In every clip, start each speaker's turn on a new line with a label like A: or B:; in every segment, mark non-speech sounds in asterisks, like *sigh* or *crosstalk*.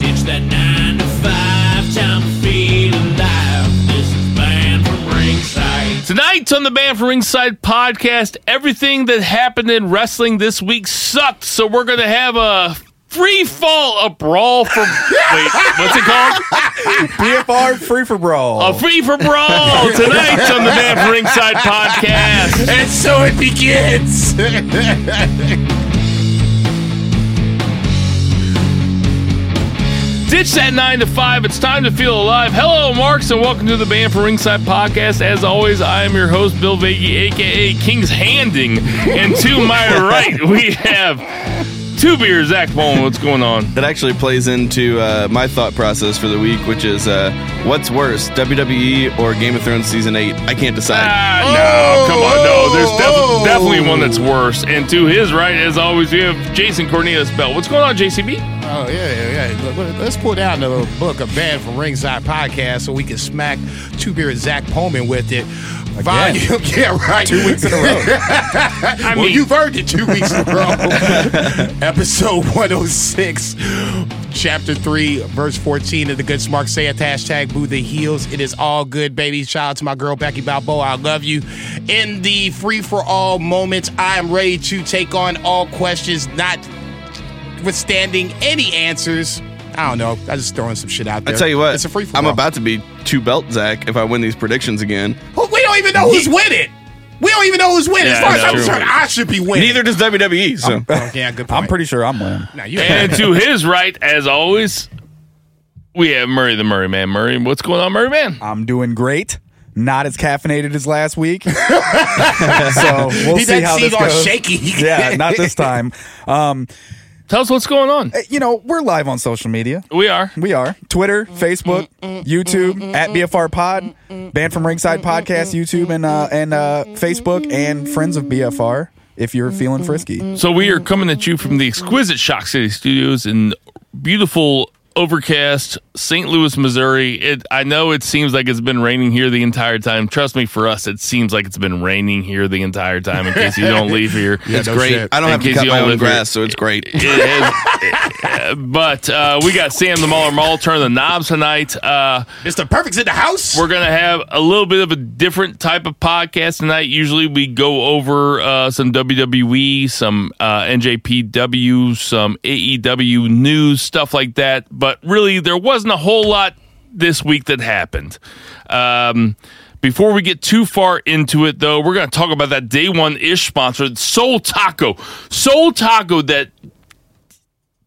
A: that nine to five. Time to feel alive. This is Band from Ringside.
B: Tonight on the Band from Ringside podcast, everything that happened in wrestling this week sucked. So we're going to have a free fall, a brawl for. wait, what's it called?
C: BFR free for brawl.
B: A free
A: *laughs*
B: for brawl tonight on the Band from Ringside podcast.
A: And so it begins.
B: Ditch that nine to five. It's time to feel alive. Hello, Marks, and welcome to the Band for Ringside podcast. As always, I am your host, Bill Vagey, aka King's Handing. And
A: *laughs*
B: to my right, we have two beers, Zach Bowman. What's going on?
C: that actually plays into uh, my thought process for the week, which is uh, what's worse, WWE or Game of Thrones season eight? I can't decide.
B: Ah, no, come on, no. There's defi- definitely one that's worse. And to his right, as always, we have Jason Cornelius Bell. What's going on, JCB?
D: Oh yeah, yeah, yeah. Let- let- Let's put out another book, a band from Ringside Podcast, so we can smack two beer Zach Pullman with it. Volume, *laughs* yeah, right. Two weeks in a *laughs* row.
B: I
D: well,
B: mean,
D: you've earned it two weeks in a row. *laughs* Episode 106, Chapter 3, verse 14 of the Good Smart Sayeth hashtag Boo the Heels. It is all good, baby. Shout out to my girl, Becky Balboa. I love you. In the free for all moments, I am ready to take on all questions, not withstanding any answers. I don't know. I just throwing some shit out
C: I
D: there.
C: tell you what,
D: it's a free for all.
C: I'm about to be two belt Zach if I win these predictions again.
D: We don't even know who's winning. We don't even know who's winning.
B: Yeah,
D: as far as
B: that's
D: I'm
B: true.
D: concerned, I should be winning. *laughs*
C: Neither does WWE. So
D: Oh, yeah, good point.
E: I'm pretty sure I'm winning.
B: *laughs*
D: Now you
B: and to his right, as always, we have Murray the Murray Man. Murray, what's going on, Murray Man?
E: I'm doing great. Not as caffeinated as last week. *laughs* so we'll
D: He
E: see
D: doesn't
E: how
D: seem
E: this
D: all
E: goes.
D: shaky.
E: yeah, not
D: *laughs*
E: this time. Um,
B: Tell us what's going on.
E: you know, we're live on social media.
B: We are.
E: We are Twitter,
D: Mm,
E: Facebook, YouTube at BFR Pod,
D: mm,
E: Band from Ringside Podcast, YouTube and uh, and uh,
D: mm,
E: Facebook, and Friends of BFR. If you're feeling frisky,
B: So we are coming at you from the exquisite Shock City Studios in beautiful, overcast St. Louis, Missouri. It, I know it seems like it's been raining here the entire time. Trust me, for us, it seems like it's been raining here the entire time. In case you don't leave here,
C: it's great. I don't
B: In
C: have to
B: case
C: cut
B: you
C: my
B: don't
C: own
B: live here.
C: grass, so it's great.
B: *laughs* It has- *laughs* but uh, we got Sam the Mauler Mall turn the knobs tonight. Uh,
D: Mr. Perfect's in the house.
B: we're gonna have a little bit of a different type of podcast tonight. Usually we go over uh, some WWE, some uh, NJPW, some AEW news, stuff like that. But really, there wasn't a whole lot this week that happened. Um, before we get too far into it, though, we're gonna talk about that day one ish sponsor, Soul Taco. Soul Taco, that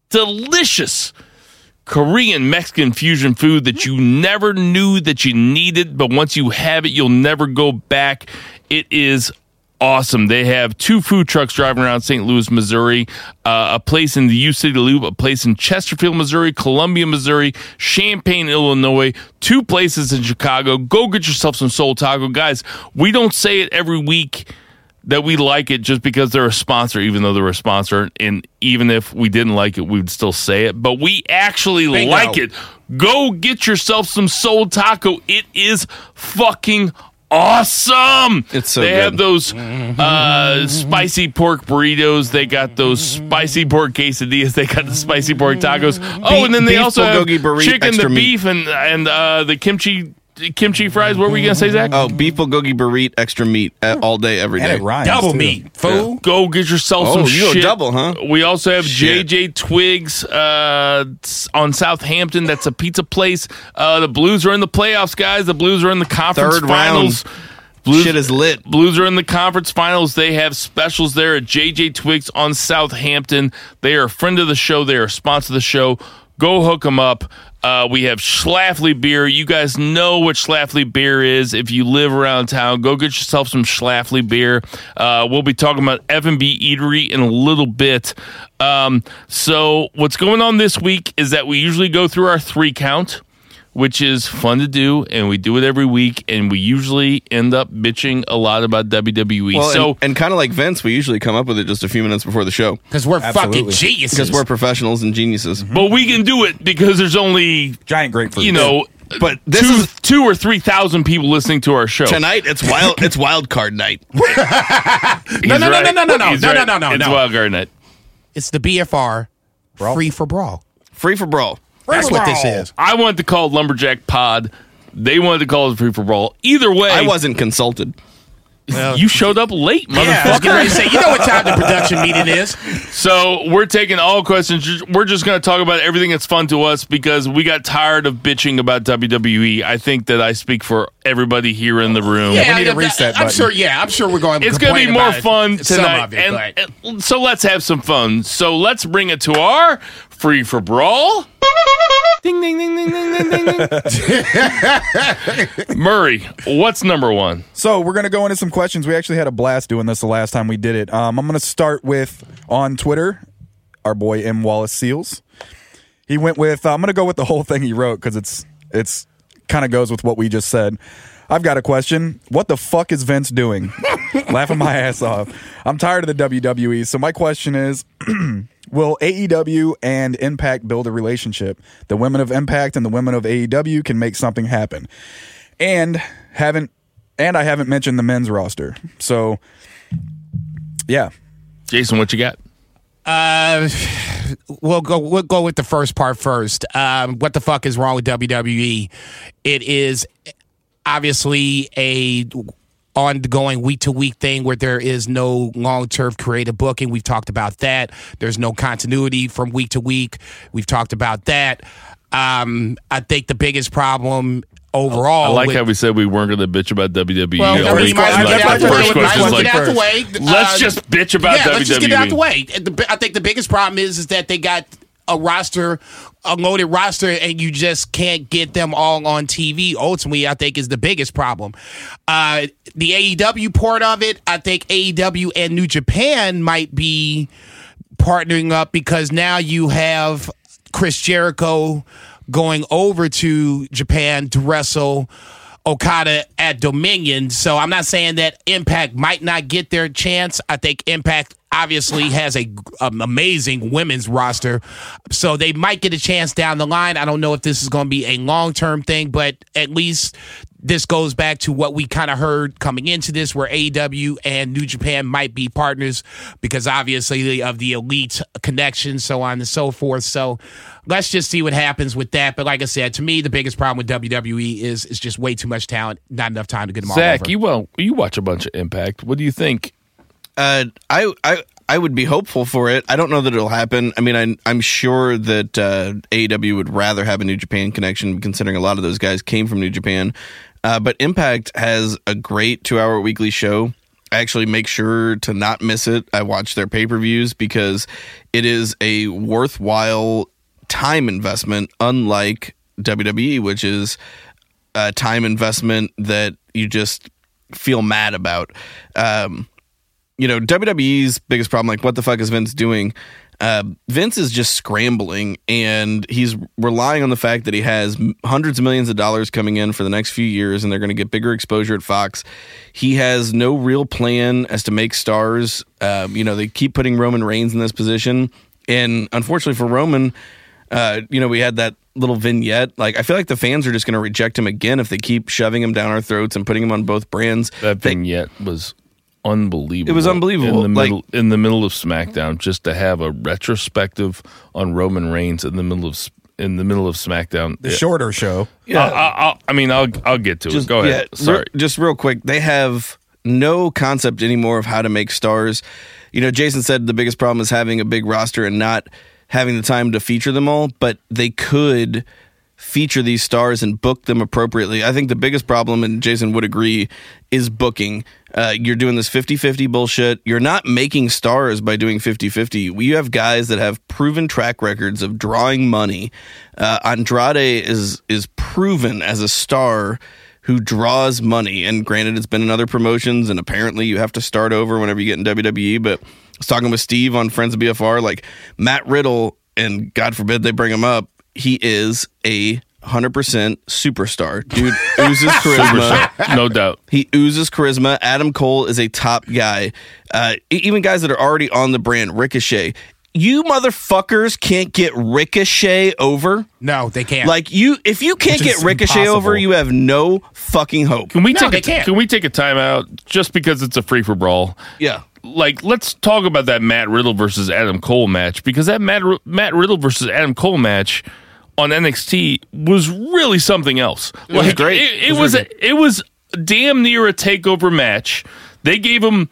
B: delicious. Korean Mexican fusion food that you never knew that you needed, but once you have it, you'll never go back. It is awesome. They have two food trucks driving around St. Louis, Missouri, uh, a place in the U City Loop, a place in Chesterfield, Missouri, Columbia, Missouri, Champaign, Illinois, two places in Chicago. Go get yourself some soul taco. Guys, we don't say it every week that we like it just because they're a sponsor, even though they're a sponsor. And even if we didn't like it, we'd still say it. But we actually
D: Bingo.
B: like it. Go get yourself some Soul Taco. It is fucking awesome.
C: It's so
B: They
C: good.
B: have
C: *laughs*
B: those uh, spicy pork burritos. They got those spicy pork quesadillas. They got the spicy pork tacos. Oh, and then they
C: beef
B: also have
C: bulgogi burrito,
B: chicken, the
C: extra meat.
B: beef, and and uh, the kimchi kimchi fries. What were you gonna say, Zach?
C: Oh, beef bulgogi burrito, extra meat uh, all day, every
E: and
C: day.
E: it rhymes.
D: mm. Double
E: too.
D: meat, fool.
B: Go get yourself
C: Oh,
B: some
C: you go
B: shit.
C: double, huh?
B: We also have
C: Shit.
B: JJ Twigs uh, s- on Southampton. That's a pizza place. Uh, the Blues are in the playoffs, guys. The Blues are in the conference
C: Third
B: finals. Blues,
C: Shit is lit.
B: Blues are in the conference finals. They have specials there at JJ Twigs on Southampton. They are a friend of the show. They are a sponsor of the show. Go hook them up. Uh, we have Schlafly beer. You guys know what Schlafly beer is. If you live around town, go get yourself some Schlafly beer. Uh, we'll be talking about F&B Eatery in a little bit. Um, so what's going on this week is that we usually go through our three count which is fun to do, and we do it every week, and we usually end up bitching a lot about WWE.
C: Well,
B: so
C: and, and kind of like Vince, we usually come up with it just a few minutes before the show
D: Because we're fucking
E: Absolutely.
D: geniuses.
C: because we're professionals and geniuses.
B: but we can do it because there's only
E: Giant grapefruit.
B: you know
C: But this
B: two
C: is
B: two or three thousand people listening to our show.
C: tonight. It's wild. It's wild card night.
B: He's
D: No, no, no,
B: right.
D: no, no, no, no,
B: He's
D: no,
B: right.
D: no, no, no,
B: It's
D: no.
B: Wild Garden Night.
D: It's the BFR
E: Brawl.
D: free for brawl.
C: Free for brawl.
D: That's what this
E: roll.
D: is.
B: I wanted to call it Lumberjack Pod. They wanted to call it Free for Brawl. Either way,
C: I wasn't consulted.
B: you showed up late,
D: Yeah, I was
B: motherfucker.
D: getting ready to say, you know what time the production meeting is.
B: So we're taking all questions. Ju- We're just going to talk about everything that's fun to us because we got tired of bitching about WWE. I think that I speak for everybody here in the room.
D: Yeah,
E: need to
D: I-
E: reach that
D: I'm
E: button.
D: sure. Yeah, I'm sure we're going. to
B: It's going to be
D: complain
B: more
D: about it,
B: fun
D: some
B: tonight.
D: of it,
B: and,
D: but-
B: and- so let's have some fun. So let's bring it to our free for brawl. ding ding ding ding ding ding ding. ding. Murray, what's number one?
E: So we're gonna go into some questions. We actually had a blast doing this the last time we did it. Um, I'm gonna start with on Twitter, our boy M Wallace Seals. He went with uh, I'm gonna go with the whole thing he wrote because it's it's kind of goes with what we just said. I've got a question. What the fuck is Vince doing? Laughing my ass off. I'm tired of the WWE. So my question is, *clears throat* Will AEW and Impact build a relationship? The women of Impact and the women of AEW can make something happen. And haven't and I haven't mentioned the men's roster. So yeah.
B: Jason, what you got?
D: Uh, we'll go. We'll go with the first part first. Um, what the fuck is wrong with WWE? It is obviously a ongoing week to week thing where there is no long term creative booking. We've talked about that. There's no continuity from week to week. We've talked about that. Um, I think the biggest problem
B: I
D: overall.
B: like
D: with-
B: how we said we weren't going to bitch about WWE.
D: Well,
B: Yeah,
D: I mean,
B: first
D: you might as
B: question,
D: well
B: like,
D: get out the
B: first
D: way.
B: question
D: Might as
B: is
D: well
B: like,
D: get out the way.
B: Let's
D: Uh,
B: just bitch about E.
D: yeah,
B: WWE.
D: let's just get it out the way. And the- I think the biggest problem is is that they got a roster, a loaded roster, and you just can't get them all on TV. Ultimately, I think is the biggest problem. Uh, the AEW part of it, I think AEW and New Japan might be partnering up because now you have Chris Jericho going over to Japan to wrestle Okada at Dominion. So I'm not saying that Impact might not get their chance. I think Impact obviously has a an amazing women's roster, so they might get a chance down the line. I don't know if this is going to be a long term thing, but at least this goes back to what we kind of heard coming into this, where AEW and New Japan might be partners because obviously of the elite connection, so on and so forth. So let's just see what happens with that. But like I said, to me, the biggest problem with WWE is it's just way too much talent, not enough time to get them all
B: Zach,
D: over.
B: you well, you watch a bunch of Impact. What do you think?
C: Uh, I, I I would be hopeful for it. I don't know that it'll happen. I mean, I, I'm sure that uh, AEW would rather have a New Japan connection, considering a lot of those guys came from New Japan. Uh, but Impact has a great two-hour weekly show. I actually make sure to not miss it. I watch their pay-per-views because it is a worthwhile time investment, unlike WWE, which is a time investment that you just feel mad about. Um, you know WWE's biggest problem, like what the fuck is Vince doing? Uh, Vince is just scrambling, and he's relying on the fact that he has m- hundreds of millions of dollars coming in for the next few years, and they're going to get bigger exposure at Fox. He has no real plan as to make stars. Um, you know, they keep putting Roman Reigns in this position, and unfortunately for Roman, uh, you know, we had that little vignette. Like, I feel like the fans are just going to reject him again if they keep shoving him down our throats and putting him on both brands.
B: That
C: They-
B: vignette was unbelievable.
C: It was unbelievable.
B: In the,
C: Like-
B: middle, in the middle of SmackDown, just to have a retrospective on Roman Reigns in the middle of S- in the middle of SmackDown.
E: The shorter show.
B: yeah. I, I, I, I mean, I'll I'll get to it. Go ahead.
C: yeah,
B: Sorry.
C: re- just real quick, they have no concept anymore of how to make stars. You know, Jason said the biggest problem is having a big roster and not having the time to feature them all, but they could feature these stars and book them appropriately. I think the biggest problem, and Jason would agree, is booking. Uh, you're doing this 50 50 bullshit. You're not making stars by doing 50 50. You have guys that have proven track records of drawing money. Uh, Andrade is, is proven as a star who draws money. And granted, it's been in other promotions, and apparently you have to start over whenever you get in WWE. But I was talking with Steve on Friends of BFR, like Matt Riddle, and God forbid they bring him up, he is a 100% superstar.
E: *laughs*
C: Dude oozes charisma.
B: no doubt.
C: He oozes charisma. Adam Cole is a top guy. Uh, e- even guys that are already on the brand, Ricochet. You motherfuckers can't get Ricochet over.
D: no, they can't.
C: Like you, if you can't
E: Which
C: get
E: is
C: Ricochet
E: impossible.
C: over, you have no fucking hope.
B: Can we
D: No,
B: take a
D: they can't.
B: can we take a timeout just because it's a free for brawl?
C: Yeah.
B: Like, let's talk about that Matt Riddle versus Adam Cole match because that Matt Ri- Matt Riddle versus Adam Cole match on NXT was really something else. It
C: was great.
B: It, it was a, it was damn near a takeover match. They gave him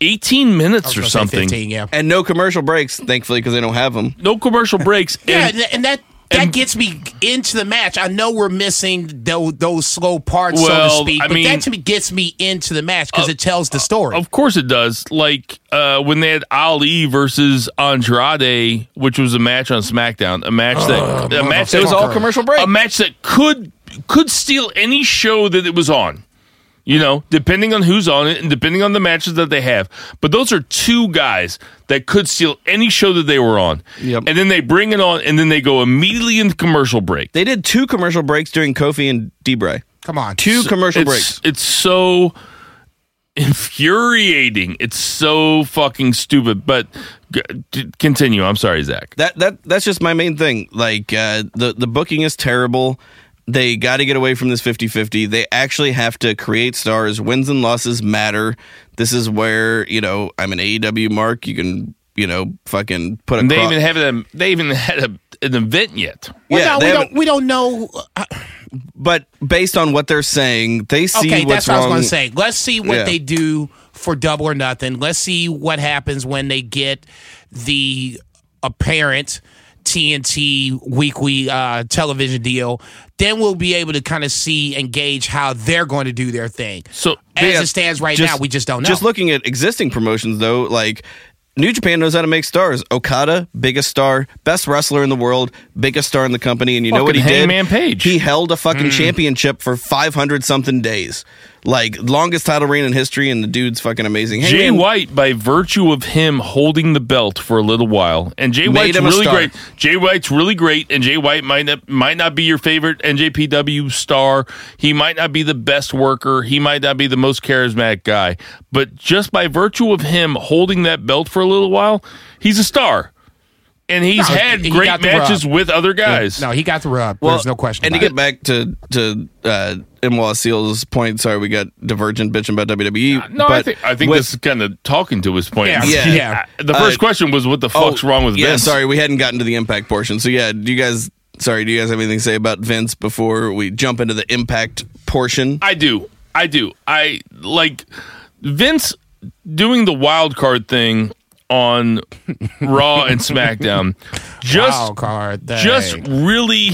B: 18 minutes or
D: Gonna say
B: something.
D: 15, yeah.
C: and no commercial breaks, thankfully, because they don't have them.
B: No commercial breaks.
D: Yeah,
B: and-
D: and, and that that gets me into the match. I know we're missing those, those slow parts, so
B: Well,
D: to speak,
B: I
D: but
B: mean-
D: that to me gets me into the match
C: uh,
D: because it tells the story.
B: Of course it does. Like uh, when they had Ali versus Andrade, which was a match on SmackDown, a match that a match that
C: It was all commercial break.
B: a match that could could steal any show that it was on. You know, depending on who's on it and depending on the matches that they have. But those are two guys that could steal any show that they were on.
C: Yep.
B: And then they bring it on and then they go immediately into commercial break.
C: They did two commercial breaks during Kofi and Debray.
D: Come on,
C: Two commercial
B: it's,
C: breaks.
B: It's so infuriating. It's so fucking stupid. But g- d- continue. I'm sorry, Zach.
C: That that that's just my main thing. Like uh, the the booking is terrible. They got to get away from this 50-50. They actually have to create stars. Wins and losses matter. This is where you know I'm an AEW mark. You can you know fucking put a.
B: And they
C: cro-
B: even have a, They even had a, an event yet.
D: Well,
C: yeah,
D: no,
C: they
D: we
C: haven't-
D: don't. We don't know. uh,
C: but based on what they're saying, they see
D: Okay,
C: what's
D: that's what I was
C: wrong.
D: going to say. Let's see what
C: Yeah.
D: they do for Double or Nothing. Let's see what happens when they get the apparent TNT weekly uh, television deal. Then we'll be able to kind of see and gauge how they're going to do their thing.
B: So
D: as
C: Yeah,
D: it stands right now, we just
B: Oh,
D: don't know.
C: Just looking at existing promotions, though, like New Japan knows how to make stars. Okada, biggest star, best wrestler in the world, biggest star in the company, and you know what he
B: Fucking
C: did?
B: Hangman Page. Hmm.
C: He held a fucking championship for five hundred something days, like longest title reign in history, and the dude's fucking amazing.
B: Jay
C: Hangman-
B: White, by virtue of him holding the belt for a little while, and Jay
C: Made
B: White's
C: him a
B: really
C: star.
B: great. Jay White's really great, and Jay White might not, might not be your favorite NJPW star. He might not be the best worker. He might not be the most charismatic guy. But just by virtue of him holding that belt for a little while, he's a star, and he's
D: No,
B: had
D: he
B: great
D: got the
B: matches
D: rub.
B: with other guys.
D: no, he got the rub. There's no question.
C: And
D: about
C: to get
D: it.
C: back to to uh, Imwa Seal's point, sorry, we got divergent bitching about WWE.
B: No, I
C: but
B: think I think
C: with-
B: this is kind of talking to his point. *laughs*
D: Yeah.
C: Yeah.
D: Yeah.
B: The first
C: Uh,
B: question was, "What the fuck's wrong with
C: yeah,
B: Vince?"
C: sorry, we hadn't gotten to the impact portion. So yeah, do you guys sorry, do you guys have anything to say about Vince before we jump into the impact portion?
B: I do. I do. I like Vince doing the wild card thing on Raw and SmackDown. Just
D: Wild card. thing.
B: just really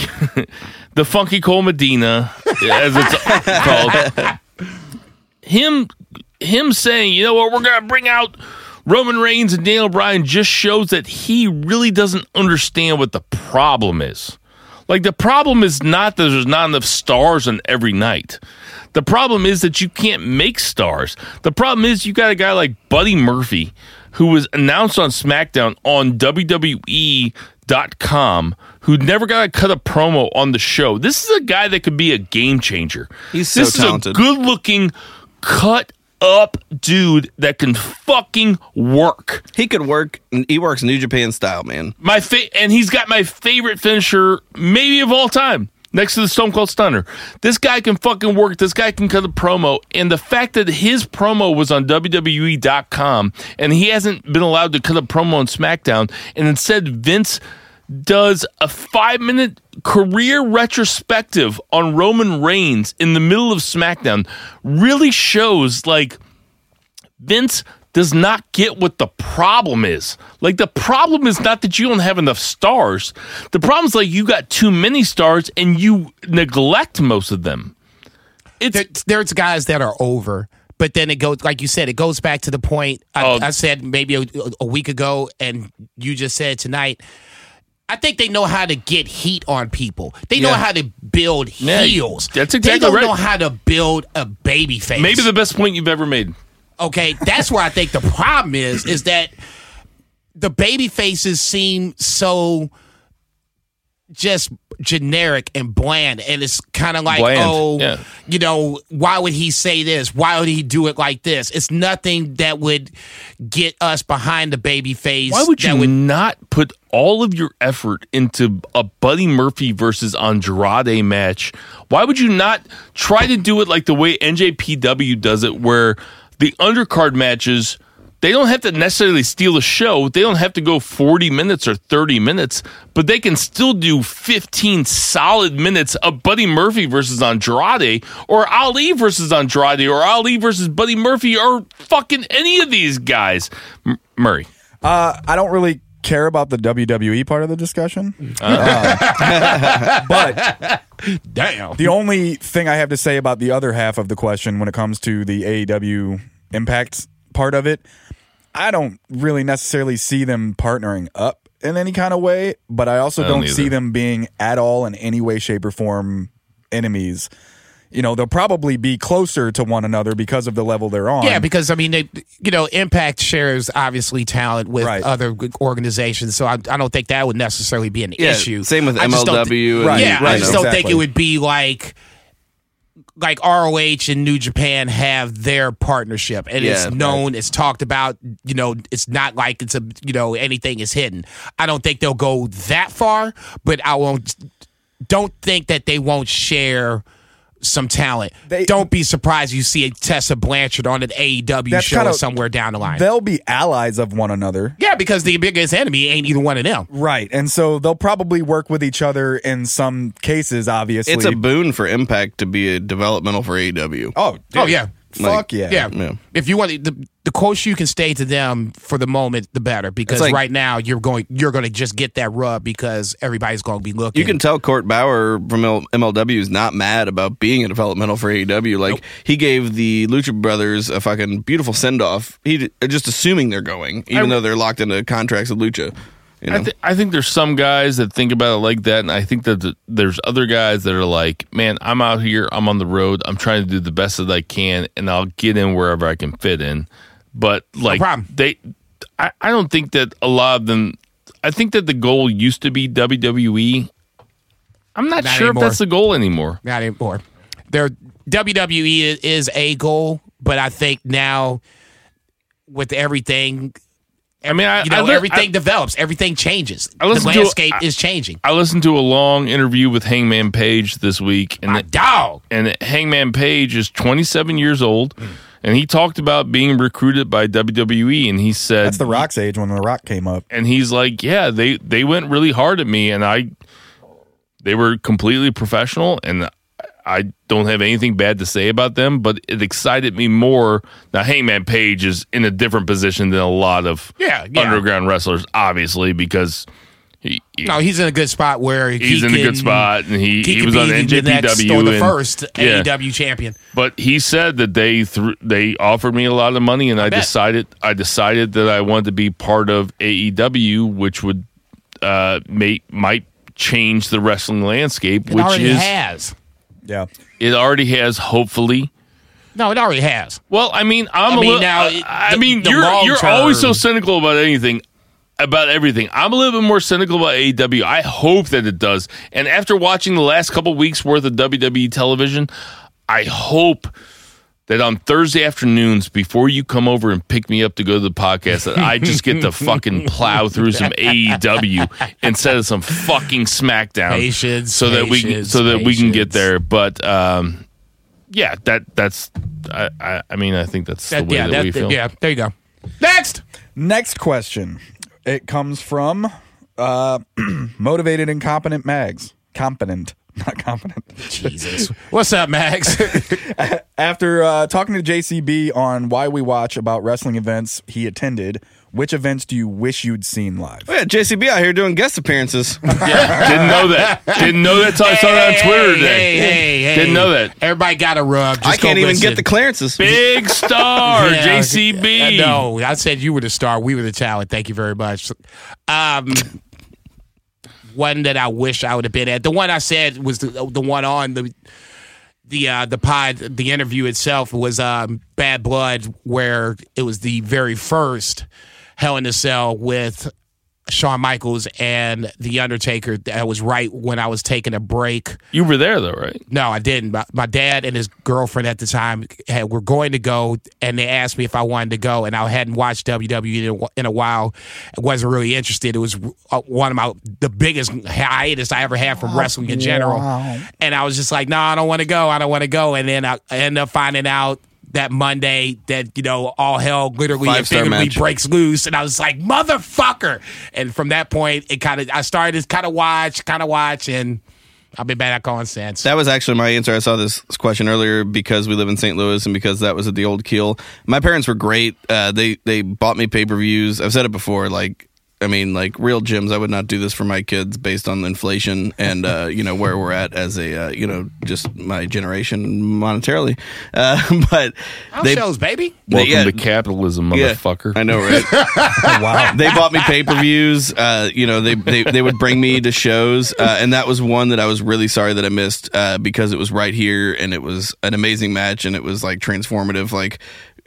B: *laughs* the funky Cole Medina as it's called. Him him saying, you know what, we're gonna bring out Roman Reigns and Daniel Bryan just shows that he really doesn't understand what the problem is. Like the problem is not that there's not enough stars on every night. The problem is that you can't make stars. The problem is you got a guy like Buddy Murphy who was announced on SmackDown on WWE.com who never got to cut a promo on the show. This is a guy that could be a game changer.
C: He's so
B: this
C: talented.
B: is a good looking, cut up dude that can fucking work.
C: He could work he works New Japan style, man.
B: My fa- and he's got my favorite finisher, maybe of all time, next to the Stone Cold Stunner. This guy can fucking work. This guy can cut a promo, and the fact that his promo was on WWE.com and he hasn't been allowed to cut a promo on SmackDown, and instead Vince does a five minute career retrospective on Roman Reigns in the middle of SmackDown really shows like Vince does not get what the problem is. Like the problem is not that you don't have enough stars. The problem is like you got too many stars and you neglect most of them. It's
D: there, there's guys that are over. But then it goes, like you said, it goes back to the point I,
B: Oh.
D: I said maybe a, a week ago, and you just said tonight. I think they know how to get heat on people. They know
C: Yeah.
D: how to build
B: Yeah,
D: heels.
B: that's
D: They
B: exactly
D: don't
B: right.
D: know how to build a baby face.
B: maybe the best point you've ever made.
D: Okay, that's where I think the problem is, is that the baby faces seem so just generic and bland and it's kind of like
B: Bland,
D: oh
B: yeah.
D: you know why would he say this why would he do it like this it's nothing that would get us behind the baby face
B: Why would you
D: that
B: not put all of your effort into a Buddy Murphy versus Andrade match? Why would you not try to do it like the way NJPW does it, where the undercard matches They don't have to necessarily steal a show. They don't have to go 40 minutes or 30 minutes, but they can still do 15 solid minutes of Buddy Murphy versus Andrade or Ali versus Andrade or Ali versus Buddy Murphy or fucking any of these guys. M- Murray.
E: Uh, I don't really care about the WWE part of the discussion, Uh, *laughs* but
D: Damn.
E: the only thing I have to say about the other half of the question when it comes to the AEW Impact part of it, I don't really necessarily see them partnering up in any kind of way, but I also
B: don't
E: don't, see
B: either.
E: them being at all in any way, shape, or form enemies. You know, they'll probably be closer to one another because of the level they're on.
D: Yeah, because I mean, they, you know, Impact shares obviously talent with
E: Right.
D: other organizations, so I, I don't think that would necessarily be an
C: Yeah,
D: issue.
C: same with
D: I just don't
C: MLW
D: thi-
C: and-
D: yeah, I
E: Right,
D: just
E: no,
D: don't think
E: exactly.
D: it would be like like ROH and New Japan have their partnership, and
C: Yeah,
D: it's known, it's talked about. You know, it's not like it's a you know anything is hidden. I don't think they'll go that far, but I won't. Don't think that they won't share some talent.
E: They-
D: don't be surprised you see a Tessa Blanchard on an AEW
E: That's
D: show
E: kinda-
D: somewhere down the line.
E: They'll be allies of one another.
D: yeah, because the biggest enemy ain't either one of them.
E: Right. And so they'll probably work with each other in some cases, obviously.
C: It's a boon for Impact to be a developmental for AEW.
E: Oh, dude.
D: Oh yeah.
E: Fuck yeah.
D: Yeah.
C: Yeah.
D: If you want the the closer you can stay to them for the moment, the better. Because
C: It's like-
D: right now you're going you're going to just get that rub because everybody's going to be looking.
C: You can tell Court Bauer from L- MLW is not mad about being a developmental for AEW. Like he gave the Lucha Brothers a fucking beautiful send off. He d- just assuming they're going, even though they're locked into contracts with Lucha. You know?
B: I, th- I think there's some guys that think about it like that, and I think that th- there's other guys that are like, "Man, I'm out here, I'm on the road, I'm trying to do the best that I can, and I'll get in wherever I can fit in." But like,
D: problem.
B: they, I, I don't think that a lot of them. I think that the goal used to be WWE. I'm not,
D: Not
B: sure
D: anymore.
B: if that's the goal anymore.
D: not anymore. Their WWE i- E is a goal, but I think now with everything,
B: I mean, I,
D: you
B: I
D: know,
B: li- I-
D: everything develops, everything changes.
B: I
D: the
B: listened to-
D: landscape
B: I-
D: is changing.
B: I listened to a long interview with Hangman Page this week, and
D: My
B: it-
D: dog.
B: and Hangman Page is 27 years old, and he talked about being recruited by WWE, and he said,
E: That's the Rock's age when the Rock came up.
B: and he's like, yeah, they they went really hard at me, and I, they were completely professional, and I don't have anything bad to say about them, but it excited me more. Now Hangman Page is in a different position than a lot of
D: Yeah, yeah.
B: underground wrestlers, obviously, because he. he-
D: No, he's in a good spot where
B: He's
D: he
B: in a
D: can-
B: good spot, and he, he,
D: could
B: was
D: be
B: on
D: the
B: NJPW
D: next or the
B: and-
D: first
B: yeah.
D: AEW champion.
B: But he said that they thr they offered me a lot of money, and I,
D: bet.
B: decided I decided that I wanted to be part of AEW, which would uh, make might change the wrestling landscape,
D: It
B: which
D: already
B: is
D: has.
E: Yeah.
B: it already has hopefully.
D: No, it already has.
B: Well, I mean, I'm
D: I
B: a
D: mean,
B: little.
D: now,
B: I- I
D: the-
B: mean,
D: the
B: you're
D: long
B: you're always so
D: term-
B: cynical about anything, about everything. I'm a little bit more cynical about AEW. I hope that it does. And after watching the last couple weeks worth of WWE television, I hope that on Thursday afternoons, before you come over and pick me up to go to the podcast, that I just get to fucking plow through some
D: *laughs*
B: AEW instead of some fucking SmackDown,
D: Patience,
B: so that we can,
D: patience,
B: so that we can get
D: patience.
B: there. But um, yeah, that that's. I, I, I mean, I think that's
D: That-
B: the way
D: yeah,
B: that,
D: that-
B: we feel.
D: yeah, there you go. Next.
E: Next question. It comes from uh, *clears throat* motivated incompetent mags. Competent, *laughs* not competent.
D: Jesus. *laughs* What's up, *laughs* Max?
E: After uh, talking to JCB on why we watch about wrestling events he attended, which events do you wish you'd seen live?
C: *laughs* oh, yeah, JCB out here doing
B: *laughs*
C: guest appearances.
B: Yeah, didn't know that. Didn't know that till I saw that on Twitter
D: Hey,
B: today.
D: hey, hey,
B: Didn't
D: hey.
B: know
D: *laughs*
B: that.
D: Everybody got a rub. Just
C: I can't
D: go
C: even
D: listen.
C: get the clearances.
B: Big star,
D: Yeah.
B: JCB.
D: Uh, No, I said you were the star. We were the talent. Thank you very much. Um, one that I wish I would have been at. The one I said was the, the one on the the uh, the pod. The interview itself was um, Bad Blood, where it was the very first Hell in a Cell with Shawn Michaels and The Undertaker. That was right when I was taking a break.
B: You were there though, right?
D: No, I didn't. My, my dad and his girlfriend at the time had, were going to go, and they asked me if I wanted to go, and I hadn't watched WWE in a, wh- in a while. I wasn't really interested. It was uh, one of my the biggest hiatus I ever had from wrestling in general, and I was just like, "No, I don't want to go. I don't want to go." And then I, I ended up finding out that Monday that you know all hell literally and
C: Five-star
D: figuratively
C: match.
D: breaks loose, and I was like motherfucker. And from that point, it kind of I started to kind of watch, kind of watch, and I've been back on since.
C: That was actually my answer. I saw this question earlier because we live in St. Louis and because that was at the old Keel. My parents were great. Uh, they they bought me pay per views. I've said it before. Like I mean, like real gyms. I would not do this for my kids based on inflation and uh, you know where we're at as a uh, you know just my generation monetarily. Uh, *laughs* but
D: House
C: they
D: shows, baby.
B: Welcome
C: yeah.
B: to capitalism,
C: yeah,
B: motherfucker.
C: I
B: *laughs*
C: know, right?
E: wow.
C: *laughs* they bought me pay per views. Uh, you know, they, they they would bring me to shows, uh, and that was one that I was really sorry that I missed uh, because it was right here, and it was an amazing match, and it was like transformative, like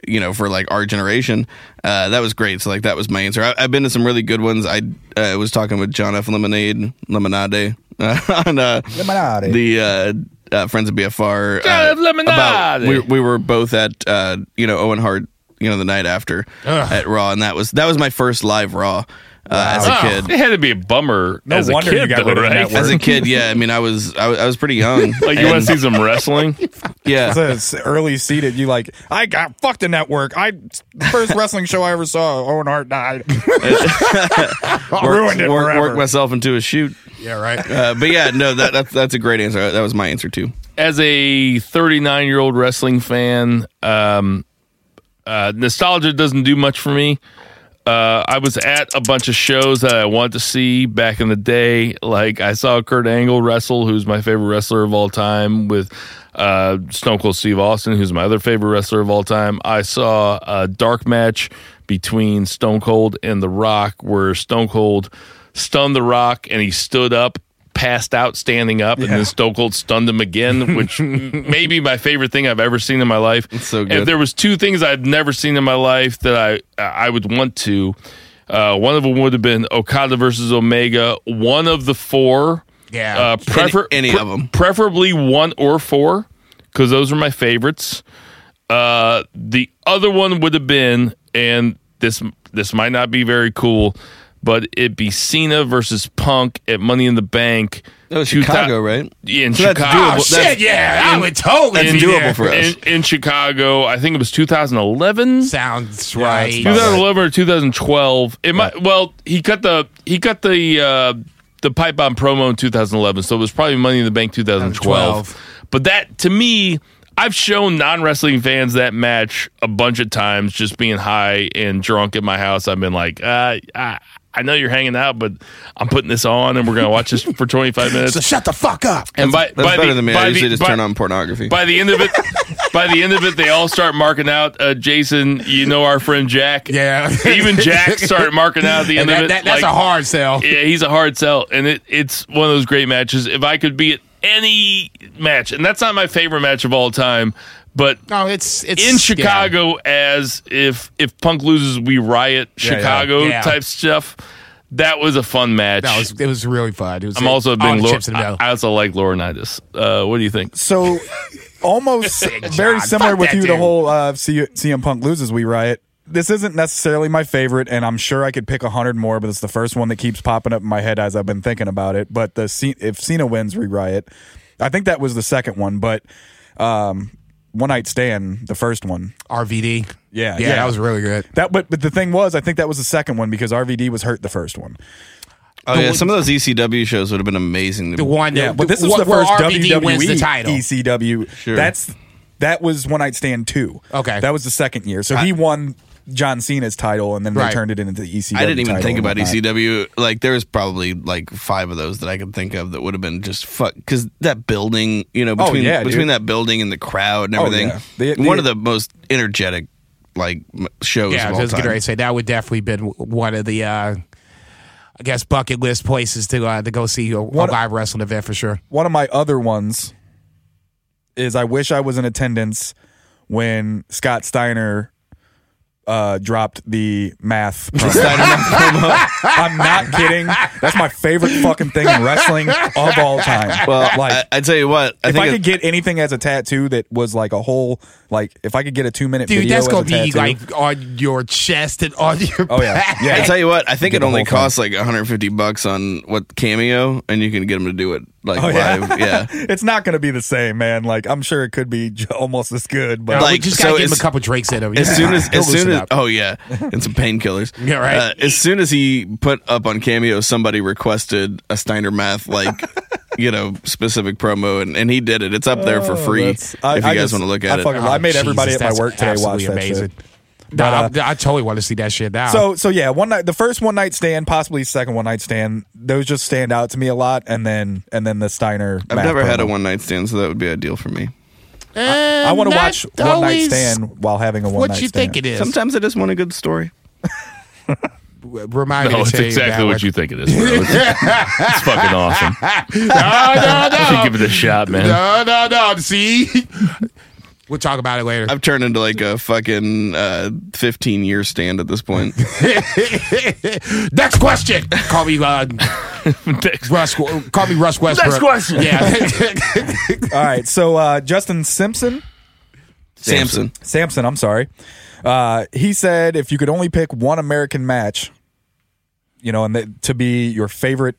C: you know, for like our generation. Uh, that was great. So like that was my answer. I, I've been to some really good ones. I uh, was talking with John F. Lemonade Lemonade *laughs* uh, on uh,
E: Lemonade.
C: the. Uh, uh, friends of BFR.
B: John F.
C: uh,
B: Lemonade.
C: about- we, we were both at uh, you know Owen Hart you know the night after at Raw, and that was that was my first live Raw uh, as a
D: Wow.
C: kid.
B: Oh, It had to be a bummer
E: No
B: as a
E: wonder
B: kid,
E: you got
B: though,
E: rid of that
B: right?
E: word.
C: As a kid, yeah. I mean, I was I was, I was pretty young.
B: *laughs* Like you want
C: And,
B: to see some
C: *laughs*
B: wrestling?
C: yeah.
B: *laughs*
E: It's a- early seated. You like, I got fucked in that work. I first wrestling show I ever saw. Owen Hart died.
C: *laughs*
E: *laughs* ruined it
C: work,
E: forever.
C: work myself into a shoot.
D: Yeah, right.
C: Uh, but yeah, no, that, that's that's a great answer. That was my answer too.
B: as a 39 year old wrestling fan, um, uh, nostalgia doesn't do much for me. Uh, I was at a bunch of shows that I wanted to see back in the day. Like I saw Kurt Angle wrestle, who's my favorite wrestler of all time, with uh, Stone Cold Steve Austin, who's my other favorite wrestler of all time. I saw a dark match between Stone Cold and The Rock, where Stone Cold stunned The Rock and he stood up, passed out standing up, and then Stone Cold stunned him again,
C: *laughs*
B: which may be my favorite thing I've ever seen in my life.
C: so
B: If
C: good.
B: there was two things I've never seen in my life that I I would want to, uh, one of them would have been Okada versus Omega. One of the four,
D: Yeah.
B: uh, prefer-
C: Any- any
B: pre-
C: of 'em.
B: preferably one or four, because those are my favorites. Uh, the other one would have been, and this this might not be very cool, but it'd be Cena versus Punk at Money in the Bank.
C: That was
B: 2000
C: Chicago, right?
B: In
C: So that's
B: Chicago,
C: doable.
D: oh
C: well,
D: shit!
C: that's-
D: Yeah, I would totally
C: that's
D: be
C: doable
D: there.
C: for us.
B: in, in Chicago. I think it was 2011.
D: Sounds
E: that's
D: right.
E: about right.
B: 2011 or 2012. It might. Well, he cut the he cut the uh, the pipe bomb promo in 2011, so it was probably Money in the Bank 2012.
D: 2012.
B: But that to me, I've shown non wrestling fans that match a bunch of times, just being high and drunk at my house. I've been like, uh, I, I know you're hanging out, but I'm putting this on, and we're gonna watch this for
C: *laughs*
B: 25 minutes.
D: So shut the fuck up.
B: and by,
C: That's
B: by
C: better
B: the,
C: than me.
B: by
C: I
B: the-
C: usually just
B: by-
C: turn on pornography.
B: by the end
D: *laughs*
B: of it, by the end of it, they all start marking out. Uh, Jason, you know our friend Jack.
D: Yeah.
B: even
D: *laughs*
B: Jack started marking out at the
D: And
B: end of
D: that,
B: it.
D: that, that's
B: like,
D: a hard sell.
B: Yeah, he's a hard sell, and it, it's one of those great matches. If I could be at any match, and that's not my favorite match of all time, but
D: No, it's it's
B: in
D: yeah.
B: Chicago, as if if Punk loses, we riot
E: Yeah, yeah.
B: Chicago
D: Yeah.
B: type stuff. That was a fun match.
D: No, it was, it was really fun. It was
B: I'm also a
D: all
B: big
D: the
B: Lor-
D: chips in the
B: I,
D: middle.
B: I also like Laurinaitis. Uh, what do you think?
E: So
D: *laughs*
E: almost
D: John.
E: very similar
D: Fuck
E: with
D: that
E: you. The
D: dude.
E: whole uh, C- CM Punk loses, we riot. This isn't necessarily my favorite, and I'm sure I could pick a hundred more, but it's the first one that keeps popping up in my head as I've been thinking about it. But the C- if Cena wins, we riot. I think that was the second one, but um, one night stand, the first one.
D: RVD.
E: Yeah,
D: yeah,
E: yeah.
D: that was really good.
E: That, but, but the thing was, I think that was the second one because RVD was hurt the first one.
C: oh yeah, some of those ECW shows would have been amazing.
D: The one,
E: Yeah,
D: that,
E: but this was
D: wh-
E: the
D: where
E: first E
D: RVD
E: WWE
D: wins the title.
E: ECW. That's that was One Night Stand two.
D: Okay.
E: that was the second year. So he won John Cena's title, and then
D: Right.
E: they turned it into the ECW.
C: I didn't even
E: title
C: think
E: and
C: about E
E: whatnot.
C: ECW. Like there was probably like five of those that I could think of that would have been just fuck because that building, you know,
E: Oh,
C: between
E: yeah, dude.
C: between that building and the crowd and
E: Oh,
C: everything,
E: yeah. They- they-
C: one of the most energetic like m- shows.
D: yeah,
C: of
D: I
C: all
D: was
C: time.
D: getting
E: *laughs*
D: ready to say that would definitely been w- one of the, uh, I guess, bucket list places to uh, to go see a, a live wrestling event for sure.
E: One of my other ones is I wish I was in attendance when Scott Steiner uh, dropped the
C: *laughs*
E: math. promo. I'm not kidding. That's my favorite fucking thing in wrestling of all time.
C: Well,
E: like.
C: *laughs* I, I tell you what, I
E: if
C: think
E: I
C: it-
E: could get anything as a tattoo that was like a whole, like if I could get a two minute
D: Dude,
E: video
D: that's
E: as
D: gonna
E: a
D: be
E: tattoo,
D: like on your chest and on your
E: oh yeah,
D: back.
E: yeah,
C: I tell you what, I think
E: Get
C: it
E: the
C: only
E: whole thing.
C: costs like 150 bucks on what cameo, and you can get them to do it like
E: Oh, *laughs* yeah?
C: live. Yeah.
E: *laughs* It's not going to be the same, man. Like I'm sure it could be j- almost as good, but
C: Like,
D: we just gotta
C: so
D: give him a
C: as-
D: couple drinks in him.
C: As soon as,
D: *laughs* He'll
C: as soon
D: loosen
C: as,
D: up.
C: oh yeah, and some painkillers.
D: Yeah, right.
C: Uh, as soon as he put up on Cameo, somebody requested a Steiner Math like, you know, specific promo, and, and he did it. It's up there for free
E: That's- uh, I-
C: if you
E: I
C: guys
E: just-
C: want to look
E: I
C: at it.
E: fucking- I made everybody
D: Oh, Jesus,
E: at my
D: that's
E: work today watch
D: absolutely
E: that shit.
D: amazing. Uh, Nah, uh, I, I totally want to see that shit now.
E: So so yeah, one night the first one night stand, possibly second one night stand, those just stand out to me a lot, and then and then the Steiner.
C: I've never had a one night stand, so that would be ideal for me.
E: I want to
D: not
E: watch one night
D: Uh, always
E: stand while having a one
D: What
E: night
D: you
E: stand.
D: think it is?
C: Sometimes I just want a good story.
D: Remind
B: No,
D: me to
B: it's
D: tell you
B: exactly
D: that
B: what
D: one.
B: you think it is. Bro. It's, it's fucking awesome.
D: *laughs* No, no,
B: You give it a shot, man.
D: no, Uh, no, no, no. See, *laughs* we'll talk about it later.
C: I've turned into like a fucking uh, fifteen year stand at this point.
D: *laughs* Next question. Call me uh, Russ. Call me Russ Westbrook.
B: Next question.
D: Yeah. *laughs*
E: All right, so uh, Justin Simpson,
C: Samson.
E: Sampson, I'm sorry. Uh, he said if you could only pick one American match, you know, and that to be your favorite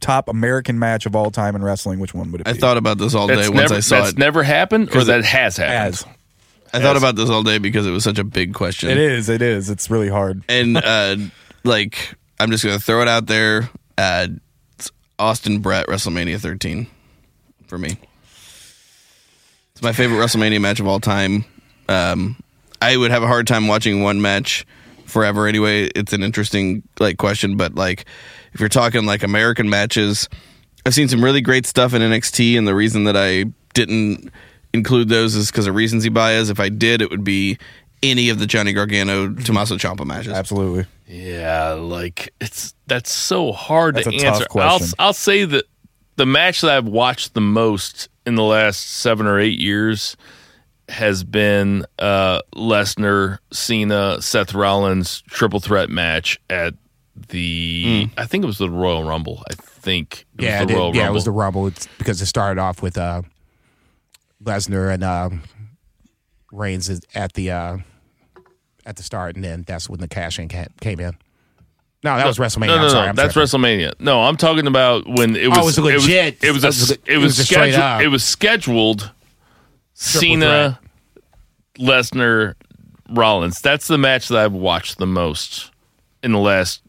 E: top American match of all time in wrestling, which one would it
C: I
E: be?
C: thought about this all day
B: That's,
C: once
B: never,
C: I saw
B: that's
C: it.
B: never happened, or that has happened.
E: As
C: I thought about this all day because it was such a big question.
E: it is, it is. It's really hard.
C: and uh, *laughs* like I'm just gonna throw it out there. Uh, it's Austin Brett WrestleMania 13 for me. It's my favorite WrestleMania match of all time. Um, I would have a hard time watching one match forever anyway. It's an interesting like question, but like if you're talking like American matches, I've seen some really great stuff in NXT, and the reason that I didn't include those is because of recency bias. If I did, it would be any of the Johnny Gargano Tommaso Ciampa matches.
D: *laughs*
E: Absolutely.
B: Yeah, like it's that's so hard
E: That's
B: to
E: a tough
B: answer.
E: question.
B: I'll I'll say that the match that I've watched the most in the last seven or eight years has been uh, Lesnar, Cena, Seth Rollins triple threat match at the I think it was the Royal Rumble. I think it
D: Hmm. yeah,
B: was
D: it,
B: the Royal
D: yeah, it
B: Rumble.
D: was the Rumble. It's because it started off with uh, Lesnar and um, Reigns is- at the uh, at the start, and then that's when the cash in ca- came in. No, that was WrestleMania.
B: No, no,
D: I'm
B: no.
D: sorry, I'm
B: that's
D: tripping.
B: WrestleMania. No, I'm talking about when it was.
D: Oh, it was legit.
B: It was. It was.
D: It was
B: a-
D: a-
B: It
D: it
B: was
D: was a straight
B: scheduled.
D: up.
B: It was scheduled. Cena, Lesnar, Rollins. That's the match that I've watched the most in the last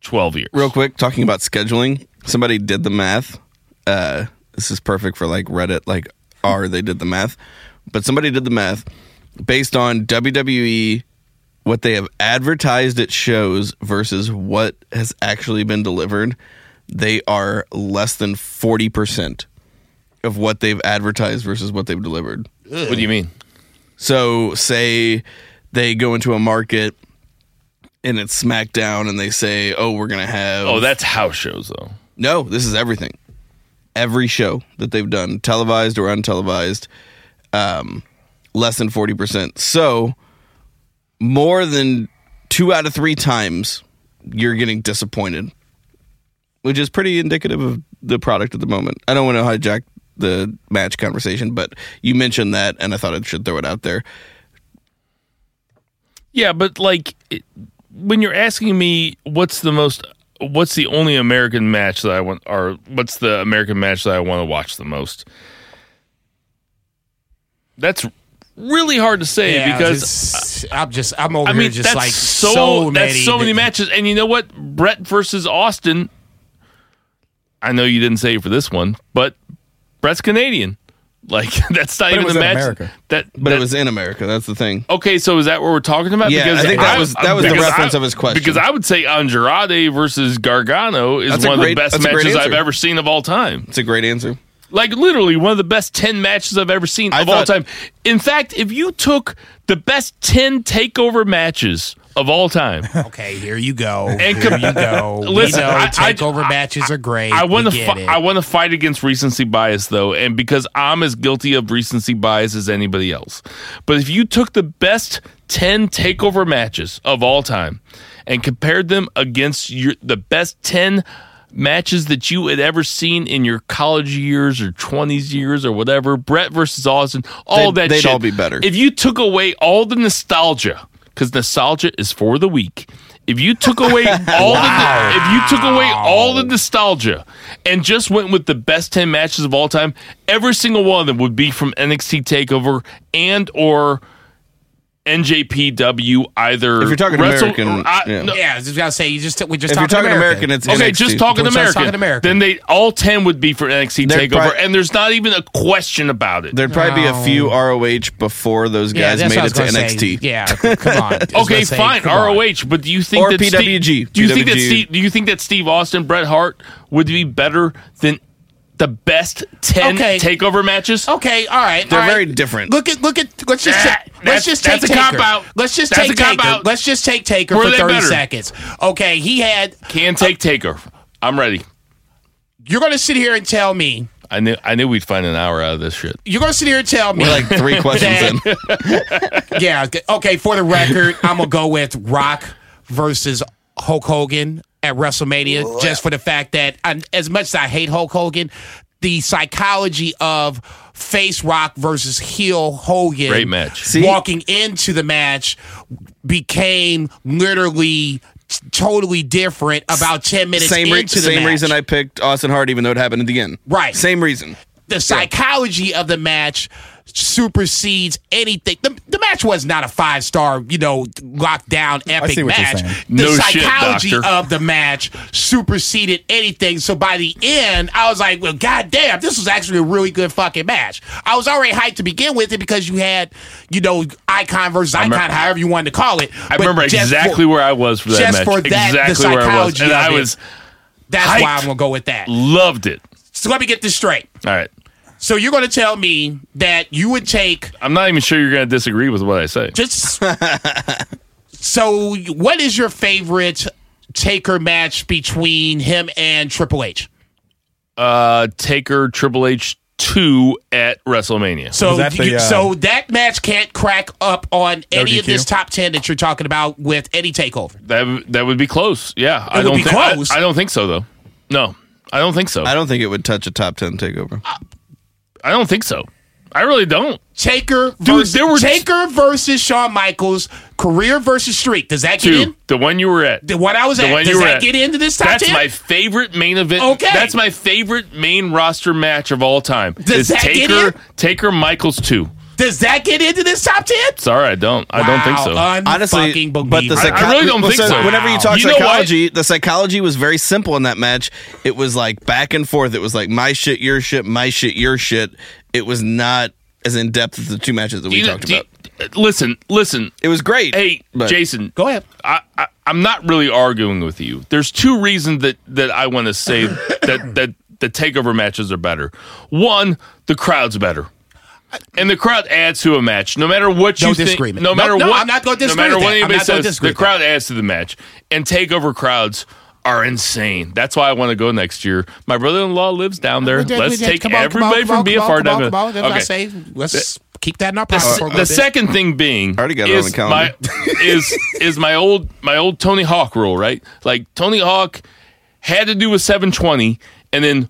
B: twelve years.
C: real quick talking about scheduling somebody did the math uh, this is perfect for like reddit like r they did the math but somebody did the math based on wwe what they have advertised at shows versus what has actually been delivered they are less than 40% of what they've advertised versus what they've delivered
B: What do you mean?
C: so, say they go into a market and it's SmackDown, and they say, "Oh, we're gonna have."
B: Oh, that's house shows though.
C: no. This is everything. Every show that they've done, televised or untelevised, um, less than forty percent. So, more than two out of three times, you're getting disappointed, which is pretty indicative of the product at the moment. I don't want to hijack the match conversation, but you mentioned that, and I thought I should throw it out there.
B: Yeah, but like it, when you're asking me what's the most what's the only American match that I want or what's the American match that I want to watch the most? That's really hard to say
D: Yeah,
B: because
D: just- I'm just I'm over
B: I mean
D: here just
B: that's
D: like
B: so,
D: so many
B: that's so many matches and you know what Brett versus Austin I know you didn't say it for this one, but Brett's Canadian. Like *laughs* that's not
E: it
B: even
E: was
B: the
E: in
B: match
E: America.
B: that
C: But
B: that-
C: it was in America. That's the thing.
B: Okay, so is that what we're talking about?
C: Yeah, I think that was- that was the
B: because
C: reference
B: I-
C: of his question.
B: Because I would say Andrade versus Gargano is
C: That's a
B: one
C: great-
B: of the best
C: that's a great
B: matches I've
C: answer.
B: ever seen of all time.
C: It's a great answer.
B: Like literally one of the best ten matches I've ever seen
C: I
B: of all
C: thought-
B: time. In fact, if you took the best ten takeover matches of all time,
D: Okay, here you go.
B: And
D: here
B: com- *laughs*
D: you go.
B: Listen,
D: we know
B: I- I-
D: takeover matches are great.
B: I want to
D: We get
B: fi-
D: it.
B: I want to fight against recency bias though, and because I'm as guilty of recency bias as anybody else. But if you took the best ten takeover matches of all time and compared them against your the best ten matches that you had ever seen in your college years or 20s years or whatever brett versus austin all
C: They'd-
B: that
C: they'd
B: shit,
C: all be better.
B: if you took away all the nostalgia because nostalgia is for the weak If you took
C: *laughs*
B: away all the if you took away all the nostalgia and just went with the best 10 matches of all time, every single one of them would be from NXT Takeover and or NJPW either
C: If you're talking American,
B: or I-
C: yeah.
B: no,
D: Yeah, I was gonna say you just we just
C: If you're
D: talking
C: talking American, it's
B: Okay,
C: NXT.
B: just talking
D: We're just
B: American,
D: talking American.
B: Then they all ten would be for NXT
C: They're
B: Takeover,
C: pri-
B: and there's not even a question about it.
C: There'd probably be
D: No.
C: a few ROH before those
D: yeah,
C: guys
D: that's
C: made
D: what I
C: it to
D: was gonna say.
C: NXT.
D: Yeah, come
B: *laughs*
D: on. I was
B: Okay,
D: gonna say,
B: fine,
D: come on.
B: ROH. But do you think
C: Or
B: that
C: PWG.
B: Steve, do you think that
C: PWG.
B: Steve? Do you think that Steve Austin, Bret Hart would be better than the best ten
D: Okay.
B: takeover matches?
D: Okay, all right.
C: They're
D: all right.
C: very different.
D: Look at look at let's just
B: That-
D: ta- let's
B: that's-
D: just take
B: that's a
D: Taker.
B: cop-out.
D: Let's just
B: That's
D: take
B: a cop-out.
D: Taker. Let's just take Taker
B: Were
D: for
B: they
D: thirty
B: better?
D: seconds. Okay, he had.
B: Can take
D: Uh,
B: taker. I'm ready.
D: You're gonna sit here and tell me.
B: I knew I knew we'd find an hour out of this shit.
D: You're gonna sit here and tell me.
C: We're like
D: *laughs*
C: three questions in.
D: yeah. Okay. For the record, I'm gonna go with Rock versus Hulk Hogan at
C: Oh,
D: WrestleMania, just for the fact that I, as much as I hate Hulk Hogan, the psychology of face Rock versus heel Hogan,
B: Great match.
C: See-
D: walking into the match became literally. t- Totally different. About ten minutes
C: Same, re-
D: into the
C: same
D: match.
C: reason I picked Austin Hart, even though it happened at the end.
D: Right.
C: Same reason.
D: the psychology of the match supersedes anything. The, the match was not a five star, you know, lockdown epic
E: see what you're
D: match.
E: saying.
D: The
B: No shit,
D: psychology
B: doctor.
D: of the match superseded anything. So by the end, I was like, well, goddamn, this was actually a really good fucking match. I was already hyped to begin with it because you had, you know, icon versus icon,
B: remem-
D: however you wanted to call it.
B: I remember exactly where I was for that
D: just
B: match.
D: for that, the
B: exactly where I was,
D: psychology
B: and
D: of
B: I
D: it.
B: was
D: That's why
B: hyped.
D: I'm going to go with that.
B: loved it.
D: So let me get this straight.
B: All right.
D: So you're going to tell me that you would take
B: I'm not even sure you're going to disagree with what I say.
D: just so what is your favorite taker match between him and Triple H?
B: Uh, Taker Triple H two at WrestleMania.
D: So
E: Was that the,
D: you-
E: uh,
D: so that match can't crack up on any of
E: DQ?
D: this top 10 that you're talking about with any takeover.
B: That w- that would be close. Yeah, I
D: would
B: don't
D: be
B: thi- I-
D: close.
B: I, don't think so though. No, I don't think so.
C: I don't think it would touch a top 10 takeover.
B: I don't think so. I really don't.
D: Taker
B: Dude,
D: versus,
B: there were-
D: Taker versus Shawn Michaels, career versus streak. Does that get
B: Two,
D: in?
B: the one you were at.
D: The one I was
B: The
D: at.
B: one
D: Does
B: you were
D: that
B: at.
D: get into this top
B: That's
D: 10?
B: my favorite main event.
D: Okay.
B: That's my favorite main roster match of all time. It's
D: Does that get
B: Taker
D: in?
B: Taker Michaels two.
D: Does that get into this top 10?
B: Sorry, I don't. I don't think so.
C: Honestly,
D: Honestly,
C: but the
B: I-
C: psychology.
B: I really don't think so.
C: Whenever you talk
B: You know what?
C: psychology, the psychology was very simple in that match. It was like back and forth. It was like my shit, your shit, my shit, your shit. It was not as in depth as the two matches that we
B: You know-
C: talked
B: do you-
C: about.
B: listen, listen.
C: It was great.
B: Hey,
C: but-
B: Jason.
D: Go ahead.
B: I, I I'm not really arguing with you. There's two reasons that that I want to say
D: *coughs*
B: that that the takeover matches are better. One, the crowd's better. And the crowd adds to a match, no matter what
D: No
B: you think.
D: disagreement.
B: No
D: No,
B: matter
D: no,
B: what,
D: I'm not gonna disagree
B: No matter
D: with
B: what
D: that. I'm
B: anybody
D: not gonna
B: says,
D: disagree
B: the
D: with that.
B: crowd adds to the match, and takeover crowds are insane. That's why I want to go next year. My brother-in-law lives down there. Let's take everybody from BFR down there.
D: I
B: Okay.
D: say, let's keep that in our
B: The,
D: pocket.
B: se- the second thing being,
C: already got it on
B: is
C: the calendar.
B: My, is is my old my old Tony Hawk rule, right? Like Tony Hawk had to do a 720, and then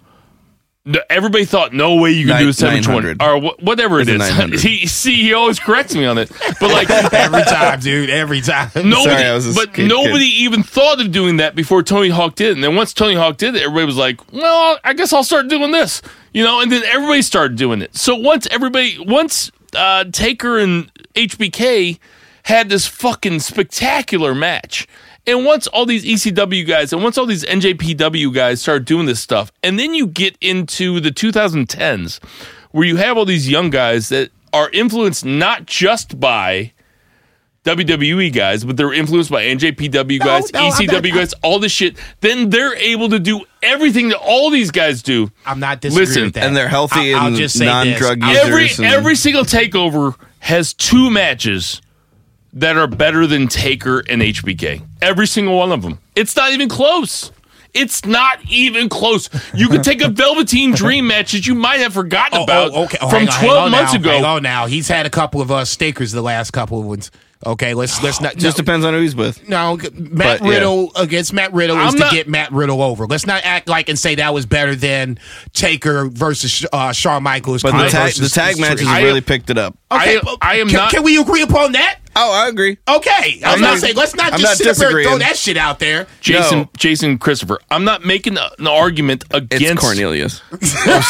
B: no- everybody thought, no way you can
C: Nine-
B: do a 720
C: 900.
B: or wha- whatever it
C: It's a
B: is. *laughs*
C: 900.
B: he, E see, he always corrects me on it, but like
D: every time, dude. Every time.
B: nobody,
C: I was just
B: but
C: kid-
B: nobody even thought of doing that before Tony Hawk did. it. And then once Tony Hawk did it, everybody was like, "Well, I guess I'll start doing this," you know. And then everybody started doing it. So once everybody, once uh, Taker and HBK had this fucking spectacular match. And once all these ECW guys and once all these NJPW guys start doing this stuff, and then you get into the 2010s where you have all these young guys that are influenced not just by WWE E guys, but they're influenced by NJPW guys,
D: no, I'm
B: ECW
D: not-
B: guys, all this shit. Then they're able to do everything that all these guys do.
D: I'm not disagreeing
B: Listen,
D: with that.
C: and they're healthy
D: I'll- I'll
C: and
D: just say this.
C: non-drug
D: I'll-
C: users.
B: Every
C: and-
B: every single takeover has two matches that are better than Taker and HBK. Every single one of them. It's not even close. It's not even close. You could
D: *laughs*
B: take a Velveteen Dream match that you might have forgotten about
D: Oh, oh, okay. Oh,
B: from
D: hang on, hang
B: 12
D: on
B: months
D: now, Hang
B: ago.
D: on now. He's had a couple of uh, stakers the last couple of ones. Okay, let's let's not
C: Just
D: no,
C: depends on who he's with.
D: no, Matt
C: But, yeah.
D: Riddle against Matt Riddle is
B: I'm
D: to
B: not-
D: get Matt Riddle over. Let's not act like and say that was better than Taker versus uh, Shawn Michaels.
C: But
D: Connor
C: the tag, the
D: versus-
C: tag matches
B: I-
C: really picked it up.
B: I,
D: but
B: I am
D: can,
B: not.
D: Can we agree upon that?
C: Oh, I agree.
D: Okay, I was
C: I'm
D: gonna
C: not-
D: say let's not
C: I'm
D: just
C: not
D: sit up there and throw
C: disagreeing.
D: that shit out there.
B: Jason,
C: No.
B: Jason Christopher. I'm not making a- an argument
C: It's
B: against
C: Cornelius.
D: *laughs*
B: Sorry,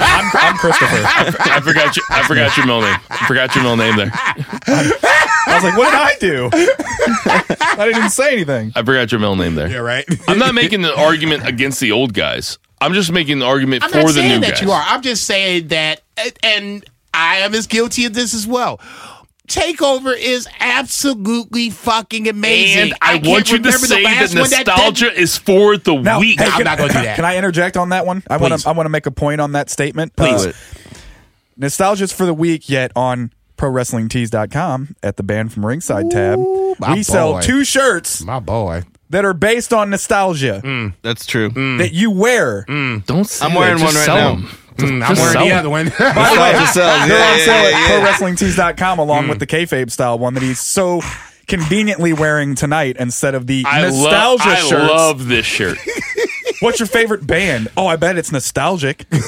B: I,
E: I'm Christopher.
B: I forgot. You, I forgot your middle name. I forgot your middle name there.
E: I was like, what did I do? I didn't even
D: *laughs*
E: say anything.
B: I forgot your middle name there.
D: Yeah, right.
B: I'm not making an argument against the old guys. I'm just making an argument *laughs*
D: I'm
B: for
D: not
B: the new
D: saying that
B: guys.
D: you are. I'm just saying that, and I am as guilty of this as well. Takeover is absolutely fucking amazing.
B: And I,
D: can't
B: want you to
D: remember the
B: say that
D: last one that did-
B: nostalgia is for the
E: Now,
B: weak.
E: hey,
D: I'm
E: can,
D: not gonna do that.
E: *laughs* Can I interject on that one? I want to. I want to make a point on that statement. Uh,
C: Please.
E: nostalgia's for the week. Yet on ProWrestlingTees.com at the band from ringside tab,
D: my
E: we sell
D: boy.
E: two shirts
D: My Oh, Mm. boy.
E: that are based on nostalgia
C: That's true.
E: that you wear.
B: Don't say
C: I'm wearing
B: that.
C: one
B: Just
C: right
B: sell
C: now. *laughs*
B: 'em.
D: Mm, I'm
B: sell
D: wearing the
B: it.
D: other one. *laughs*
E: By the way,
C: Nostalgia sells.
E: they're
C: Yeah,
E: on
C: yeah,
E: sale
C: yeah,
E: at
C: yeah.
E: ProWrestlingTees.com
D: Mm.
E: along with the kayfabe style one that he's so conveniently wearing tonight instead of the
B: I love.
E: nostalgia
B: I
E: shirts.
B: love this
E: *laughs*
B: shirt.
E: What's your favorite band? Oh, I bet
D: *laughs*
E: it's nostalgic.
D: Uh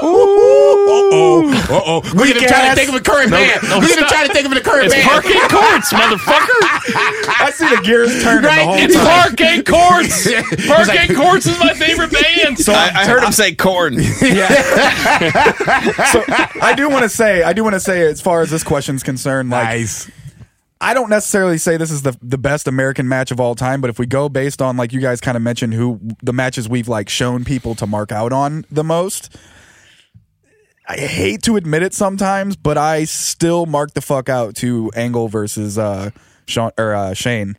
D: oh. Look at him
E: Weak
D: trying
E: ass.
D: to think of a current man.
B: no,
D: Look at him
B: stop.
D: trying to think of a current
B: It's
D: man.
B: parquet courts,
D: *laughs*
B: motherfucker.
E: I see the gears turning the whole
B: It's
E: time.
B: parquet
E: *laughs*
B: courts.
D: He's
B: Parquet courts is my favorite band.
E: So
C: I, I heard him say corn.
E: *laughs* so I do want to say, I do want to say, as far as this question's concerned, like
D: Nice.
E: I don't necessarily say this is the the best American match of all time, but if we go based on like you guys kind of mentioned who the matches we've like shown people to mark out on the most. I hate to admit it sometimes, but I still mark the fuck out to Angle versus uh, Sean or uh, Shane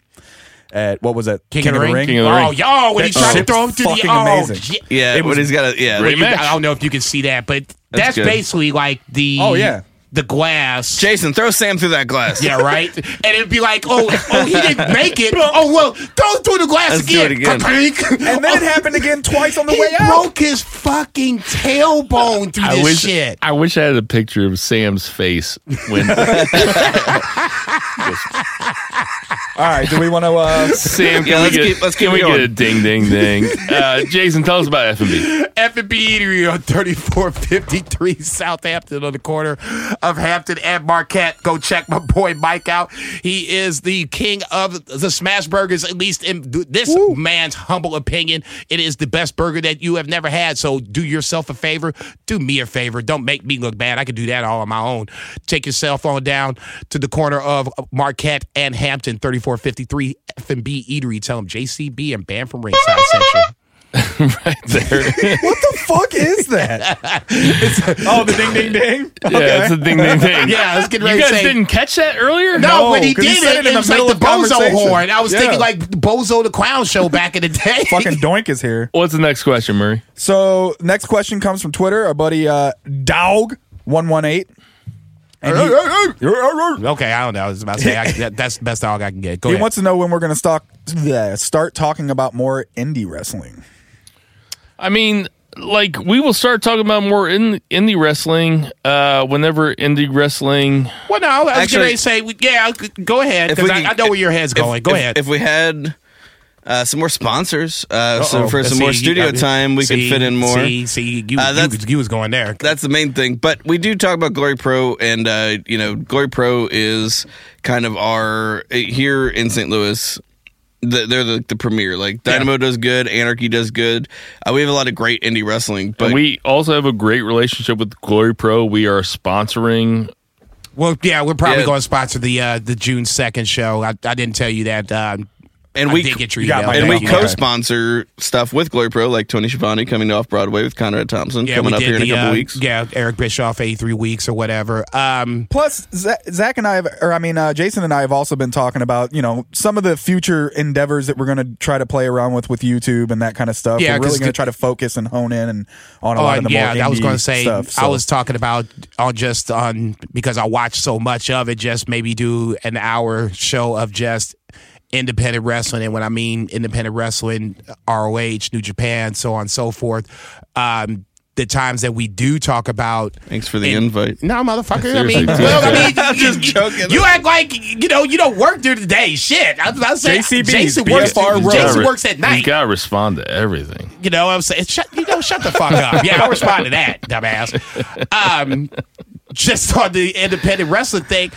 E: at what was it?
D: King, of the ring.
B: King of the Ring.
D: Oh, y'all, when he
E: That
D: tried to
E: shit's
D: throw him through the
E: fucking
D: oh,
E: amazing.
D: j-
C: Yeah, but he's got a yeah.
B: Great.
D: you-
B: match.
D: I don't know if you can see that, but that's,
C: good.
D: basically like the
E: Oh, yeah.
D: the glass.
C: Jason, throw Sam through that
D: *laughs*
C: glass.
D: yeah, right. And it'd be like, oh, oh, he didn't make it. Oh well, throw it through the glass
C: Let's do
D: again.
C: it again.
D: Ka-pink. *laughs*
E: And then it happened again twice on the
D: He
E: way out.
D: broke his fucking tailbone through this shit.
B: I wish I had a picture of Sam's face
E: *laughs*
B: when
E: All right, do we want to? Uh,
B: Sam. Can
C: Yeah,
B: we
C: let's
B: get,
C: keep- let's
B: can
C: keep
B: we
C: going.
B: get a ding ding ding?
D: *laughs*
B: Uh, Jason, tell us about F and *laughs* B.
D: F&B Eatery on 3453 Southampton on the corner of Hampton and Marquette. Go check my boy Mike out. He is the king of the smash burgers, at least in th- this man's humble opinion. It is the best burger that you have never had. So do yourself a favor. Do me a favor. Don't make me look bad. I can do that all on my own. Take your cell phone down to the corner of Marquette and Hampton, 3453 F&B Eatery. Tell them JCB and Band from Ringside Central.
E: What the fuck *laughs* is that? oh, the ding ding *laughs* ding.
B: Yeah, it's a ding ding ding.
D: *laughs* Yeah, let's get ready
B: You
D: to
B: guys
D: say.
B: didn't catch that earlier?
D: No,
E: No,
D: when he
E: 'cause he
D: did
E: said
D: it,
E: it in
D: it
E: the
D: was like
E: middle
D: the
E: of
D: Bozo
E: conversation.
D: horn. I was
E: Yeah.
D: thinking like Bozo the Clown Show back in the
C: *laughs*
D: day.
E: *laughs* Fucking Doink is here.
B: What's the next question, Murray?
E: So next question comes from Twitter. Our buddy uh, Dog one one eight. He
D: okay, I don't know. I was about to say I, *laughs* that, that's the best dog I can get. Go ahead.
E: wants to know when we're going to stock, bleh, start talking about more indie wrestling.
B: I mean, like we will start talking about more in indie wrestling uh, whenever indie wrestling.
D: well, no, I was
C: Actually-
D: going to say, we- yeah, g- *laughs* go ahead
C: If
D: because
C: we
D: I,
C: can-
D: I know where your head's going.
C: If-
D: go
C: if-
D: ahead.
C: If we had uh, some more sponsors, uh, so for
D: Uh-oh.
C: some more
D: See,
C: studio
D: uh,
C: time, we
D: see,
C: could fit in more.
D: See, see, you,
C: Uh,
D: you,
C: that's-
D: you was going there.
C: that's the main thing. But we do talk about Glory Pro, and uh, you know, Glory Pro is kind of our uh, here in St. Louis. the- They're the, the premier. Like Dynamo does good, Anarchy does good. Uh, we have a lot of great indie wrestling, but
B: we also have a great relationship with Glory Pro. We are sponsoring.
D: well, yeah, we're probably
C: Yeah.
D: going to sponsor the uh, the June second show. I, I didn't tell you that. Um,
C: and
D: I
C: we
D: did get your
E: you got
D: email.
E: my
C: and we
D: Thank
E: Okay.
D: you. uh,
C: co-sponsor stuff with Glory Pro, like Tony Schiavone coming to Off Broadway with Conrad Thompson
D: Yeah,
C: coming
D: we
C: up
D: did
C: here in a
D: the,
C: couple
D: uh,
C: weeks.
D: Yeah, Eric Bischoff, eighty three weeks or whatever. Um,
E: Plus, Zach, Zach and I, have, or I mean, uh, Jason and I have also been talking about you know some of the future endeavors that we're going to try to play around with with YouTube and that kind of stuff.
D: Yeah,
E: we're really
D: 'cause-
E: going to try to focus and hone in and on a lot
D: and
E: of the
D: Oh, yeah,
E: more
D: I was
E: indie
D: gonna say
E: stuff.
D: I
E: so.
D: was talking about on just on because I watch so much of it. Just maybe do an hour show of just independent wrestling, and when I mean independent wrestling, ROH, New Japan, so on and so forth. Um, the times that we do talk about
C: Thanks for the invite.
D: no, motherfucker. I
B: Seriously,
D: mean, well, I mean,
C: *laughs* I'm just
D: you-
C: joking.
D: You act like you know you don't work during the day. Shit, I, I say
E: JCB,
D: Jason works.
E: BFR road.
D: Jason works at
B: You
D: night.
B: gotta respond to everything.
D: You know, what I'm saying, shut, you know, shut the fuck up. Yeah, I'll respond to that, dumbass. Um, just on the independent wrestling thing,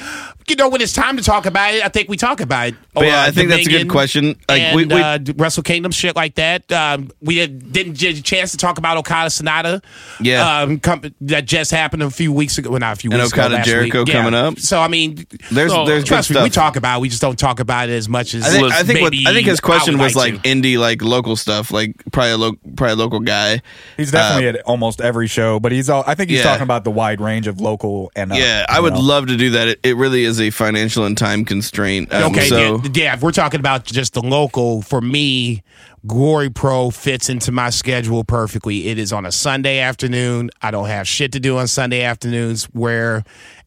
D: you know, when it's time to talk about it, I think we talk about it.
C: But yeah,
D: Uh,
C: I think that's a
D: Dominion
C: good question. Like,
D: and,
C: we- we-
D: uh, Wrestle Kingdom shit like that. Um, we had- didn't get a chance to talk about Okada Sonata.
C: Yeah.
D: um, com- that just happened a few weeks ago. Well, not a few
C: And
D: weeks
C: Okada
D: ago. last
C: Jericho
D: week. Yeah.
C: coming up.
D: So I mean,
C: There's-
D: so,
C: there's good
D: trust me, we
C: stuff.
D: talk about. it, We just don't talk about it as much as
C: I think, I think what
D: maybe
C: I think his question
D: would
C: was like
D: to.
C: indie, like local stuff, like probably a lo- probably a local guy.
E: He's definitely at almost every show, but he's all. I think he's
C: Yeah.
E: talking about the wide range of local and. Uh,
C: Yeah, I
E: you
C: would
E: know.
C: love to do that. It, it really is a financial and time constraint. Um,
D: Okay,
C: so
D: yeah, yeah, if we're talking about just the local, for me, Glory Pro fits into my schedule perfectly. It is on a Sunday afternoon. I don't have shit to do on Sunday afternoons where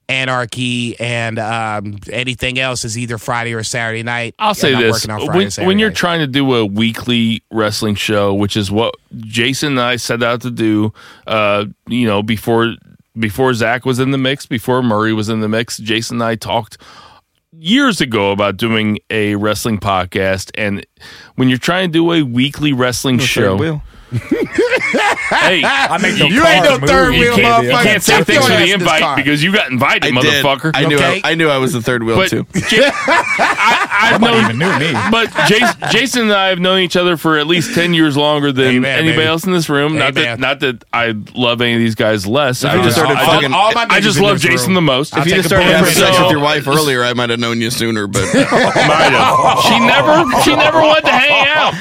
D: anarchy and um, anything else is either Friday or Saturday night.
B: I'll say
D: And I'm
B: this:
D: working on Friday
B: when,
D: and Saturday
B: when you're
D: night.
B: trying to do a weekly wrestling show, which is what Jason and I set out to do, uh, you know, before before Zach was in the mix, before Murray was in the mix, Jason and I talked years ago about doing a wrestling podcast, and when you're trying to do a weekly wrestling show,
C: Will.
B: hey, I
E: make the
D: You ain't
E: car
D: no
E: move.
D: third
B: you
D: wheel
B: can't, you
D: motherfucker.
B: can't say
D: Tap
B: thanks
D: your
B: for
D: ass in
B: the
D: this
B: invite
D: car.
B: because you got invited,
C: I did.
B: motherfucker.
C: I knew
D: Okay.
C: I, I knew I was the third wheel
B: but *laughs*
C: too.
D: *laughs*
B: Ja- I, I've
E: Nobody
B: known
E: even knew me.
B: *laughs* but Jason, Jason and I have known each other for at least ten years longer than
D: Amen,
B: anybody
D: baby.
B: else in this room. Not that,
D: Amen.
B: not that I love any of these guys less. I
C: you
B: just,
C: started
B: I,
C: fucking-
B: just-
D: all my
B: I
D: niggas
B: just
D: in
B: love
D: this
B: Jason
D: room.
B: the most.
D: I'll
C: If you
D: take
C: just
D: a
C: started
D: bullet
C: having
D: for
C: sex
B: that.
C: with your wife earlier, I might have known you sooner. *laughs* But
B: Might have. She never, she never went to hang out.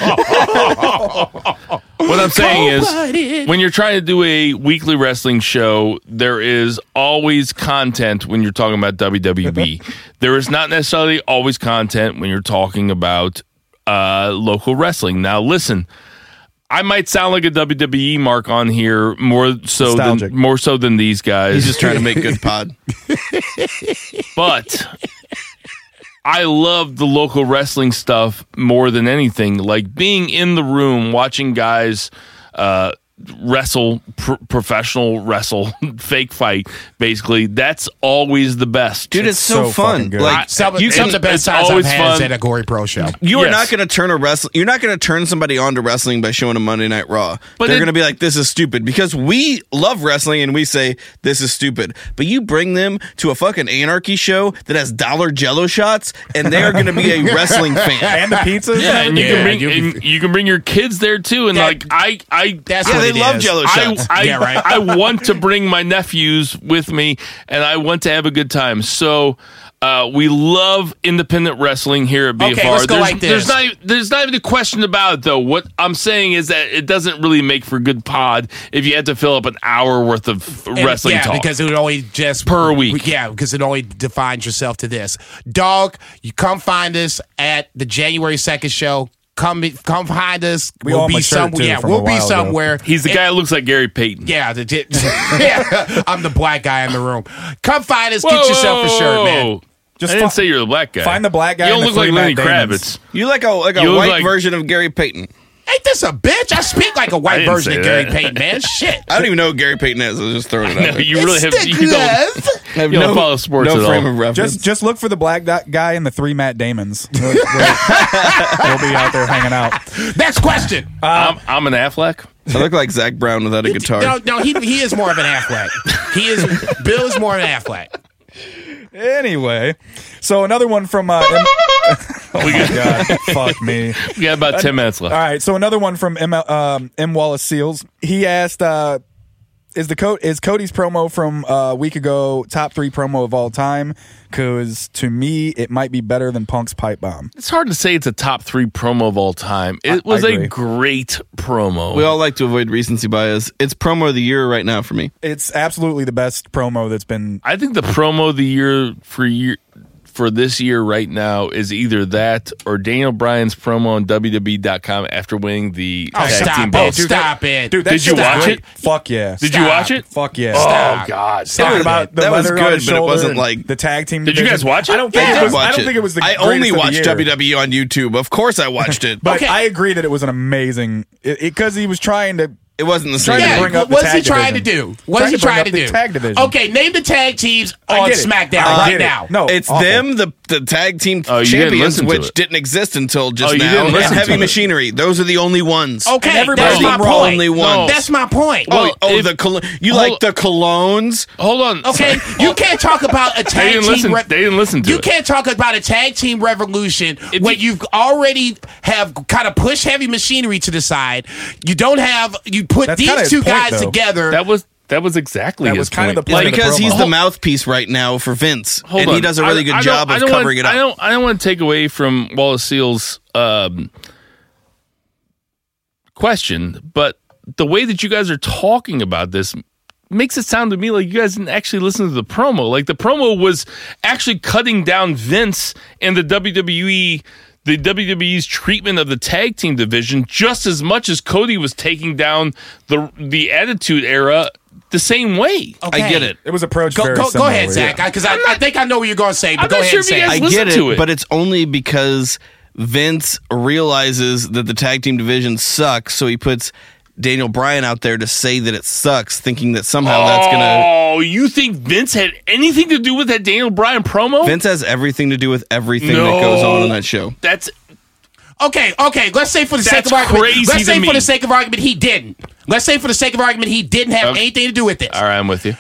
B: what I'm saying is, when you're trying to do a weekly wrestling show, there is always content when you're talking about WWE. there is not necessarily always content when you're talking about uh, local wrestling. Now, listen. I might sound like a WWE mark on here more so
E: Nostalgic.
B: than more so than these guys
C: he's just trying to make good pod.
B: but I love the local wrestling stuff more than anything. Like being in the room watching guys uh, wrestle, pr- professional wrestle, *laughs* fake fight. Basically, that's always the best.
C: Dude, it's, so,
E: so fucking
C: fun.
E: good.
C: Like
D: Some,
B: you
D: some
B: can-
D: of the best
B: it's
D: times I've
B: always
D: had is
B: fun.
D: at a Gory Pro show.
C: You are
B: Yes.
C: not going to turn a wrestling. You're not going to turn somebody onto wrestling by showing a Monday Night Raw.
B: But
C: They're
B: it-
C: going to be like, "This is stupid," because we love wrestling and we say this is stupid. But you bring them to a fucking anarchy show that has dollar Jello shots, and they are going to be
D: *laughs*
C: a wrestling fan.
E: and the pizzas.
B: yeah, and you
D: Yeah,
B: can
D: you'll
B: bring
D: be-
B: and you can bring your kids there too. And
D: That-
B: like I, I
D: That's
C: Yeah,
D: what
C: they
D: it
C: love
D: is.
C: Jell-O
B: I,
C: shots.
B: I,
D: Yeah, right.
B: I want to bring my nephews with me and I want to have a good time. So uh, we love independent wrestling here at BFR.
D: Okay, let's go
B: there's,
D: like
B: there's
D: this.
B: not even- there's not even a question about it though. What I'm saying is that it doesn't really make for good pod if you had to fill up an hour worth of
D: And-
B: wrestling
D: yeah,
B: talk.
D: because it would only just
B: Per week.
D: Yeah, because it only defines yourself to this. Dog, you come find us at the January second show. Come, come find us.
E: We
D: we'll
E: own my
D: be
E: shirt,
D: somewhere.
E: too,
D: Yeah,
E: from a
D: we'll be
E: while ago.
D: somewhere.
B: He's the guy that looks like Gary Payton.
D: Yeah, the, *laughs* yeah, I'm the black guy in the room. Come find us. get yourself a shirt, man.
E: Just
B: I didn't
E: fi-
B: say you're the black guy.
E: find the black guy
B: You
E: and
B: don't
E: the
B: look like
E: three
B: Lenny
E: Matt Damons.
B: Kravitz.
C: You like a like a
B: You look
C: white
B: like-
C: version of Gary Payton.
D: Ain't this a bitch? I speak like a
B: I
D: white
B: didn't
D: version
B: say
D: of Gary
B: that.
D: Payton, man. Shit.
C: I don't even know who Gary Payton is. I was just throwing it out.
B: No,
C: there.
B: you really have,
D: It's the
B: you don't,
D: glove.
C: I have
B: you don't follow sports
C: no
B: at
C: frame
B: all.
C: of reference.
E: Just just look for the black do- guy and the three
B: *laughs*
E: Matt Damons. They'll, they'll- they'll be out there hanging out.
D: Next question.
B: I'm, I'm an Affleck.
C: I look like Zach Brown without a guitar.
D: No, no, he he is more of an Affleck. He is Bill is more of an Affleck.
E: Anyway, so another one from. Uh, M- oh my god! Fuck me.
B: We got
D: Uh,
B: about 10 minutes left.
E: All right, so another one from M, um, M. Wallace Seals. He asked, uh, "Is the code is Cody's promo from uh, a week ago top three promo of all time? Because to me, it might be better than Punk's pipe bomb.
B: It's hard to say it's a top three promo of all time. It was
E: agree.
B: a great promo.
C: We all like to avoid recency bias. It's promo of the year right now for me.
E: It's absolutely the best promo that's been.
B: I think the promo of the year for year for this year right now is either that or Daniel Bryan's promo on WWE.com after winning the
D: Oh,
B: tag team
D: stop it!
B: belts.
D: Stop it!
E: Dude, that
B: Did you
E: shit's
B: watch
E: great.
B: it?
E: Fuck yeah!
B: Did you watch it?
E: Fuck yeah!
B: Oh God! Stop.
E: Talking
C: Dude,
E: about the
C: that was
E: leather on
C: good,
E: his
C: but it
E: shoulder
C: wasn't
E: and
C: like-
E: the tag team.
B: Did you
E: division.
B: guys watch it?
E: I don't think
D: Yeah,
E: it
C: I
E: was. I
C: watch
E: don't
C: it.
E: think it was the.
C: I only
E: greatest of the
C: watched E
E: year.
C: WWE on YouTube. Of course, I watched it.
E: *laughs* But
D: Okay.
E: I agree that it was an amazing because he was trying to
C: It wasn't the same.
E: Trying to
D: Yeah,
E: bring up the
D: what's he
E: tag
D: trying to
E: division.
D: do? What's
E: Trying
D: he
E: to bring
D: trying
E: up
D: to
E: the
D: do?
E: tag division.
D: Okay, name the tag teams
E: I
D: on
E: get it.
D: SmackDown
E: I
D: right
E: get it.
D: now.
E: No,
C: it's
E: awful.
C: them, the the tag team
B: Oh, you didn't
C: champions,
B: listen to
C: which
B: it.
C: didn't exist until
B: Oh,
C: just
B: you
C: now.
B: didn't
C: And
B: listen to
C: heavy
B: it.
C: machinery; those are the only ones.
D: Okay,
C: They're
D: that's
C: the
E: everybody-
D: my point.
C: only ones.
D: That's my point.
B: Well,
C: oh, oh
B: if-
C: the col- you
B: hold-
C: like the colognes?
B: Hold on.
D: Okay,
E: *laughs*
D: you can't talk about a tag
B: didn't
D: team.
B: listen- they didn't listen to
D: you
B: it.
D: can't talk about a tag team revolution
B: If
D: when
B: you-
D: you, have already have kind of pushed heavy machinery to the side. You don't have you put
E: That's kinda
D: these
E: his
D: two
E: point,
D: guys
E: though.
D: together.
B: That was that was exactly
E: That
B: his
E: was kinda
B: point.
E: the point
B: Like,
E: of
C: because
E: promo.
C: he's the
E: Hold-
C: mouthpiece right now for Vince,
B: hold
C: and
B: on.
C: he does a really
B: I-
C: good
B: I don't-
C: job
B: I
C: of
B: don't want-
C: covering it
B: I
C: up.
B: don't. I don't want to take away from Wallace Seal's um, question, but the way that you guys are talking about this makes it sound to me like you guys didn't actually listen to the promo. Like the promo was actually cutting down Vince and the WWE. The WWE's treatment of the tag team division just as much as Cody was taking down the the Attitude Era the same way.
D: Okay.
C: I get it.
E: It was approached
D: Go,
E: very
D: go, go
E: similarly,
D: ahead, Zach,
E: yeah.
D: because I, I think I know what you're going to say. But
B: I'm
D: go
B: not
D: ahead
B: sure
D: and
B: if you
D: say
B: guys
D: it.
C: I
B: Listen
C: get it,
B: to it.
C: but it's only because Vince realizes that the tag team division sucks, so he puts Daniel Bryan out there to say that it sucks, thinking that somehow that's gonna.
B: Oh, you think Vince had anything to do with that Daniel Bryan promo?
E: Oh.
C: Vince has everything to do with everything
B: No.
C: that goes on in that show.
B: That's
D: Okay, okay. Let's say for the sake
B: That's
D: of argument,
B: crazy
D: let's
B: to
D: say
B: me.
D: for the sake of argument, he didn't. Let's say for the sake of argument, he didn't have
B: Okay.
D: anything to do with this.
B: all right. I'm with you.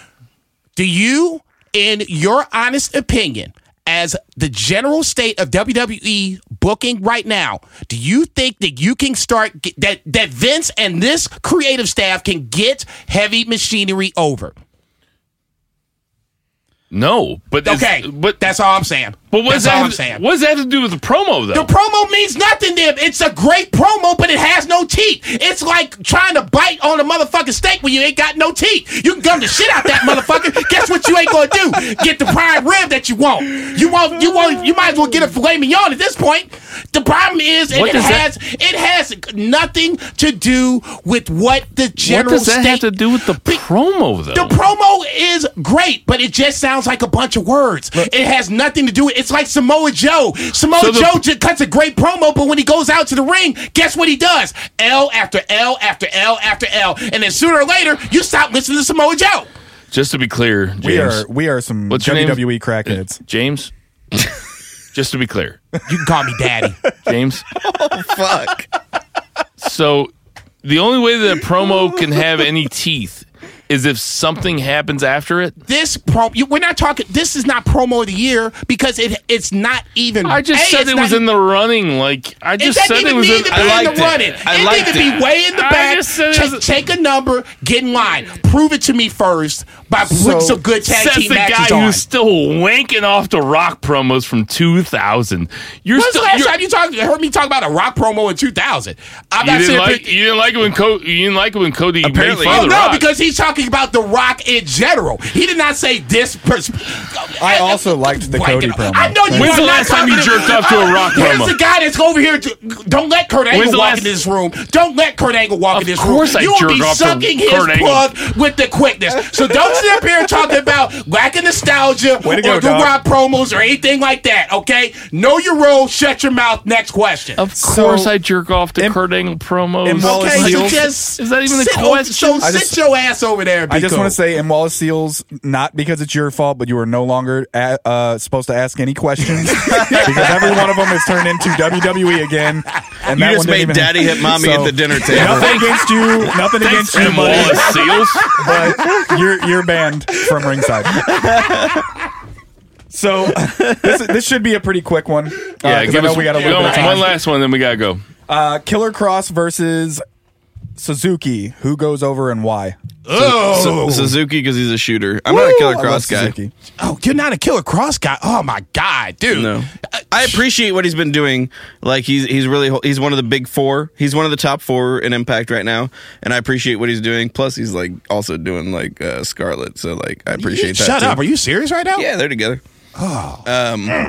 D: Do you, in your honest opinion, as the general state of WWE booking right now, do you think that you can start get, that that Vince and this creative staff can get heavy machinery over?
B: No, but it's-
D: Okay,
B: but
D: that's all I'm saying.
B: but what's
D: that's
B: that?
D: all I'm saying.
B: What does that have to do with the promo though?
D: The promo means nothing to him. It's a great promo, but it has no teeth. It's like trying to bite on a motherfucking steak when you ain't got no teeth. You can gum the shit out that
B: *laughs*
D: motherfucker. Guess what you ain't gonna do? Get the prime rib that you want. You want you want you might as well get a filet mignon at this point. The problem is and
B: What
D: it
B: does that-
D: has it has nothing to do with what the
B: what
D: general
B: does that have
D: state-
B: to do with the
D: Be-
B: promo though?
D: the promo is great, but it just sounds like a bunch of words. it has nothing to do with It's like Samoa Joe. Samoa
B: So the-
D: Joe just cuts a great promo, but when he goes out to the ring, guess what he does? L after L after L after L. And then sooner or later, you stop listening to Samoa Joe.
B: Just to be clear, James.
E: We are we are some
B: What's your name?
E: WWE
C: Uh,
E: crackheads.
D: *laughs*
B: James. just to be clear,
D: You can call me daddy.
B: James.
C: Fuck.
B: So the only way that a promo can have any teeth is if something happens after it.
D: *laughs* this pro you, we're not talking this is not promo of the year because it it's not even
B: I just
D: A,
B: said
D: it's
B: it
D: not
B: was in the running. Like I
D: It
B: just
D: doesn't
B: said it
D: even
B: was
D: need
B: in.
D: to
B: I
D: be in
B: liked
D: the
B: it.
D: running.
C: I
D: it
C: liked
D: needs to
C: it.
D: be way in the
B: I
D: back.
B: just said it
D: Take,
B: was-
D: take a number, get in line. Prove it to me first by putting some good tag
B: Says
D: team
B: the guy
D: matches
B: who's
D: on.
B: still wanking off the rock promos from 2000. You're
D: When's the
B: still.
D: last
B: you're-
D: time you talked, heard me talk about a rock promo in 2000? I'm
B: you
D: not
B: didn't
D: saying
B: like you didn't like it when Cody you didn't like it when Cody
C: Apparently-
B: made fun
D: Oh
B: of
D: no,
B: the Rock.
D: because he's talking about The Rock in general. He did not say this person.
E: I also liked the Cody promo.
D: I know you
B: When's the
D: are not
B: last time you
D: confident.
B: jerked off to a rock
D: Here's
B: promo?
D: the guy that's over here. to- Don't let Kurt Angle
B: When's the
D: walk
B: last-
D: in this room. Don't let Kurt Angle walk
B: Of
D: in this
B: course I
D: room. You will
B: jerk
D: be
B: off to
D: sucking his
B: Kurt Angle.
D: plug with the quickness. So don't sit up here talking about lack of nostalgia
E: Way
D: or
E: to go,
D: the
E: dog.
D: rock promos or anything like that. Okay, know your role. Shut your mouth. Next question.
B: of
E: So-
B: course I jerk off to
E: Im-
B: Kurt Angle promos.
E: Im- Wallace
D: Okay, so
E: Seals.
D: just
B: Is that even a
D: sit
B: question?
D: so
E: I
D: sit
E: just-
D: your ass over there. and
E: I
D: be
E: just
D: cool.
E: want to say, in Wallace Seals, not because it's your fault, but you are no longer a, uh, supposed to ask any questions because every one of them has turned into WWE again. And
C: You
E: that one
C: just
E: didn't
C: made
E: even-
C: daddy hit mommy
E: So,
C: at the dinner table.
E: *laughs* Nothing against you. Nothing against you,
B: and
E: buddy.
B: Wallace Seals.
D: *laughs*
E: but you're you're banned from ringside. So this this should be a pretty quick one. Uh, 'cause I know we got a little
B: one,
E: bit of time.
B: one last one, then we gotta
D: *laughs*
B: go.
E: Uh, Killer Cross versus Suzuki. Who goes over and why?
C: Su- Suzuki because he's a shooter. I'm not a Killer
E: I love
C: Cross guy.
E: Suzuki.
D: Oh, you're not a killer cross guy. Oh my god, dude. Uh,
C: No, I appreciate what he's been doing. Like he's he's really he's one of the big four. He's one of the top four in Impact right now, and I appreciate what he's doing. Plus, he's like also doing like uh, Scarlet, so like I appreciate that.
D: Shut
C: too.
D: up. Are you serious right now?
C: Yeah, they're together.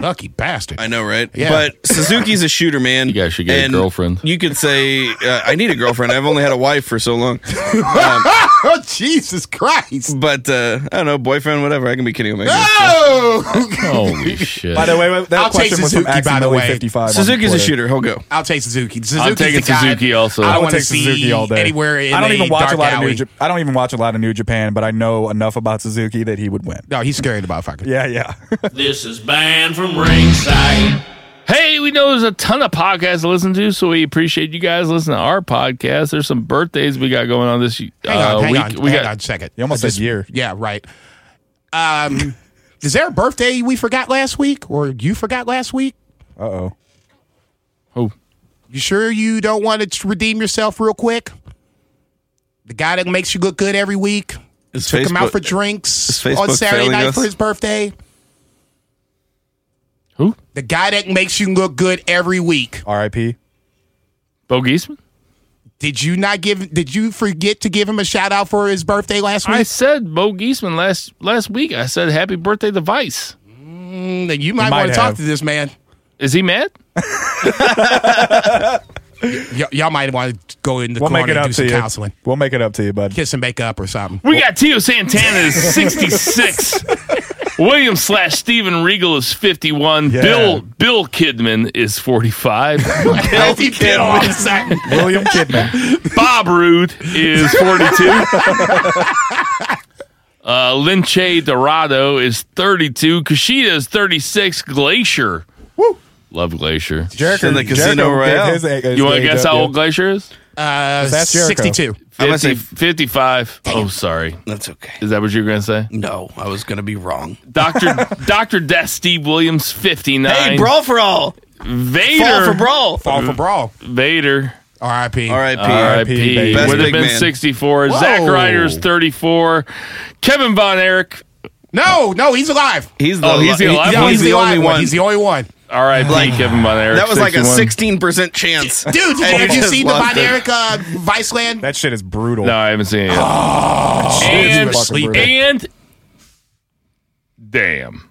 D: Lucky bastard.
C: I know, right?
D: Yeah.
C: But Suzuki's a shooter, man. You
B: guys should get a girlfriend.
D: *laughs*
C: You could say uh, I need a girlfriend. I've only had a wife for so long. Um,
D: oh, Jesus Christ.
C: But uh, I don't know, boyfriend, whatever. I can be kidding. Maybe.
D: Ah! Oh!
B: Holy shit!
E: By the way, that
D: I'll take
E: question was from
D: Suzuki, by the way.
E: Axie55.
C: Suzuki's a shooter. He'll go.
D: *laughs* I'll take Suzuki. Suzuki's
B: taking
D: the guy
B: Suzuki also.
D: I
B: I
E: I
D: want
E: would
D: to
E: take
D: see
E: Suzuki all day.
D: anywhere. In
E: I don't
D: a
E: even watch
D: dark
E: a lot
D: alley.
E: of New. Jap- I don't even watch a lot of New Japan, but I know enough about Suzuki that he would win.
D: No, he's scared about fucking.
E: Yeah, yeah. *laughs*
A: This is banned from ringside.
B: Hey, we know there's a ton of podcasts to listen to, so we appreciate you guys listening to our podcast. There's some birthdays we got going on this uh,
D: Hang on, hang
B: week.
D: on,
B: we
D: hang
B: got
D: on a second.
E: You almost
D: I
E: said year.
D: Yeah, right. Um, *laughs* is there a birthday we forgot last week, or you forgot last week?
E: Uh oh.
B: oh,
D: You sure you don't want to redeem yourself real quick? The guy that makes you look good every week
C: Is
D: took him out
C: *laughs* Facebook-
D: for drinks
C: is
D: on
C: Facebook
D: Saturday
C: failing
D: night
C: us?
D: for his birthday.
B: who?
D: The guy that makes you look good every week.
E: R.I.P.
B: Bo Geesman?
D: Did you not give? Did you forget to give him a shout out for his birthday last
B: I
D: week?
B: said Bo Geesman last last week. I said happy birthday to Vice.
D: Mm, you might,
E: might
D: want to talk
E: have.
D: to this man.
B: Is he mad?
D: Y- y'all might want to go in the
E: We'll
D: corner
E: make it
D: and
E: up
D: do
E: to
D: some
E: you.
D: counseling,
E: We'll make it up to you, bud.
D: kiss and make up or something. *laughs*
B: We got Tio Santana is *laughs* 66. William slash Steven Regal is 51.
E: Yeah.
B: Bill Bill Kidman is 45.
D: Healthy kid all
E: *laughs*
D: of a sudden. *laughs*
E: William Kidman.
B: Bob Roode is *laughs* 42. Uh, Lince Dorado is 32. Kushida is 36. Glacier. Woo. Love Glacier.
E: Jericho.
C: In the Casino
E: Jericho gave
C: Royale.
E: his a- his
B: You want to guess how
E: AEW.
B: old Glacier is?
D: Uh,
E: That's Jericho.
D: sixty-two.
C: I'm gonna
B: 50,
C: say-
B: 55. Oh, sorry.
C: That's okay.
B: Is that what you were going to say?
C: No, I was gonna be wrong.
B: Doctor Doctor Death Steve Williams fifty nine.
C: Hey, brawl for all.
B: Vader.
C: Fall for brawl.
D: Fall for brawl.
B: Vader.
D: R.I.P.
C: R.I.P.
E: R.I.P.,
B: R.I.P.
E: baby.
B: Would
C: Best
B: have been
C: big man.
B: sixty four. Zack
D: Whoa.
B: Ryder's thirty four. Kevin Von Erich.
D: No, no, he's alive.
C: He's the,
B: Oh,
C: he's
B: he's the alive
C: he's
B: one?
D: he's
C: the only
D: alive
C: one.
D: He's the only one.
B: R.I.P. Kevin Von Erich.
C: that was like a
B: 61.
C: sixteen percent chance.
D: Dude,
C: And
D: have
C: he
D: you
C: just
D: seen the
C: lost it.
D: Boneric uh, Viceland?
E: That shit is brutal.
B: No, I haven't seen it. Yet.
E: Shit is
B: and,
E: fucking brutal.
B: and damn.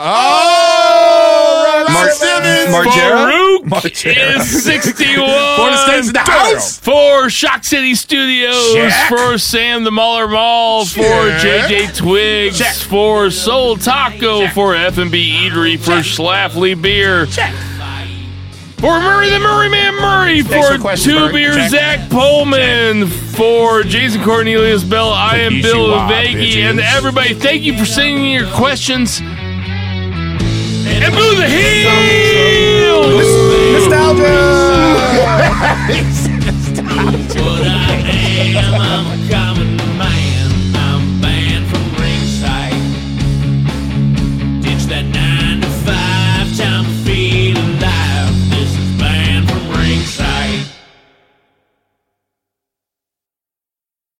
D: Oh, Robert
C: Mark-
D: Simmons.
C: Mark- Margera?
B: Farouk is sixty one.
D: Florida State's in the house.
B: For Shock City Studios,
D: Check.
B: for Sam the Mahler Mall, for
D: Check.
B: JJ Twigs,
D: Check.
B: for Soul Taco, for F&B Eatery, for Schlafly Beer,
D: Check.
B: for Murray the Murray Man Murray,
D: Thanks for
B: for
D: the question,
B: Two
D: Murray.
B: Beer
D: Check.
B: Zach Pullman, for Jason Cornelius Bell, I am
D: Konnichiwa,
B: Bill Vaggy, and
D: bitches.
B: everybody, thank you for sending in your questions. And boo the heels!
A: What I am, I'm a common man.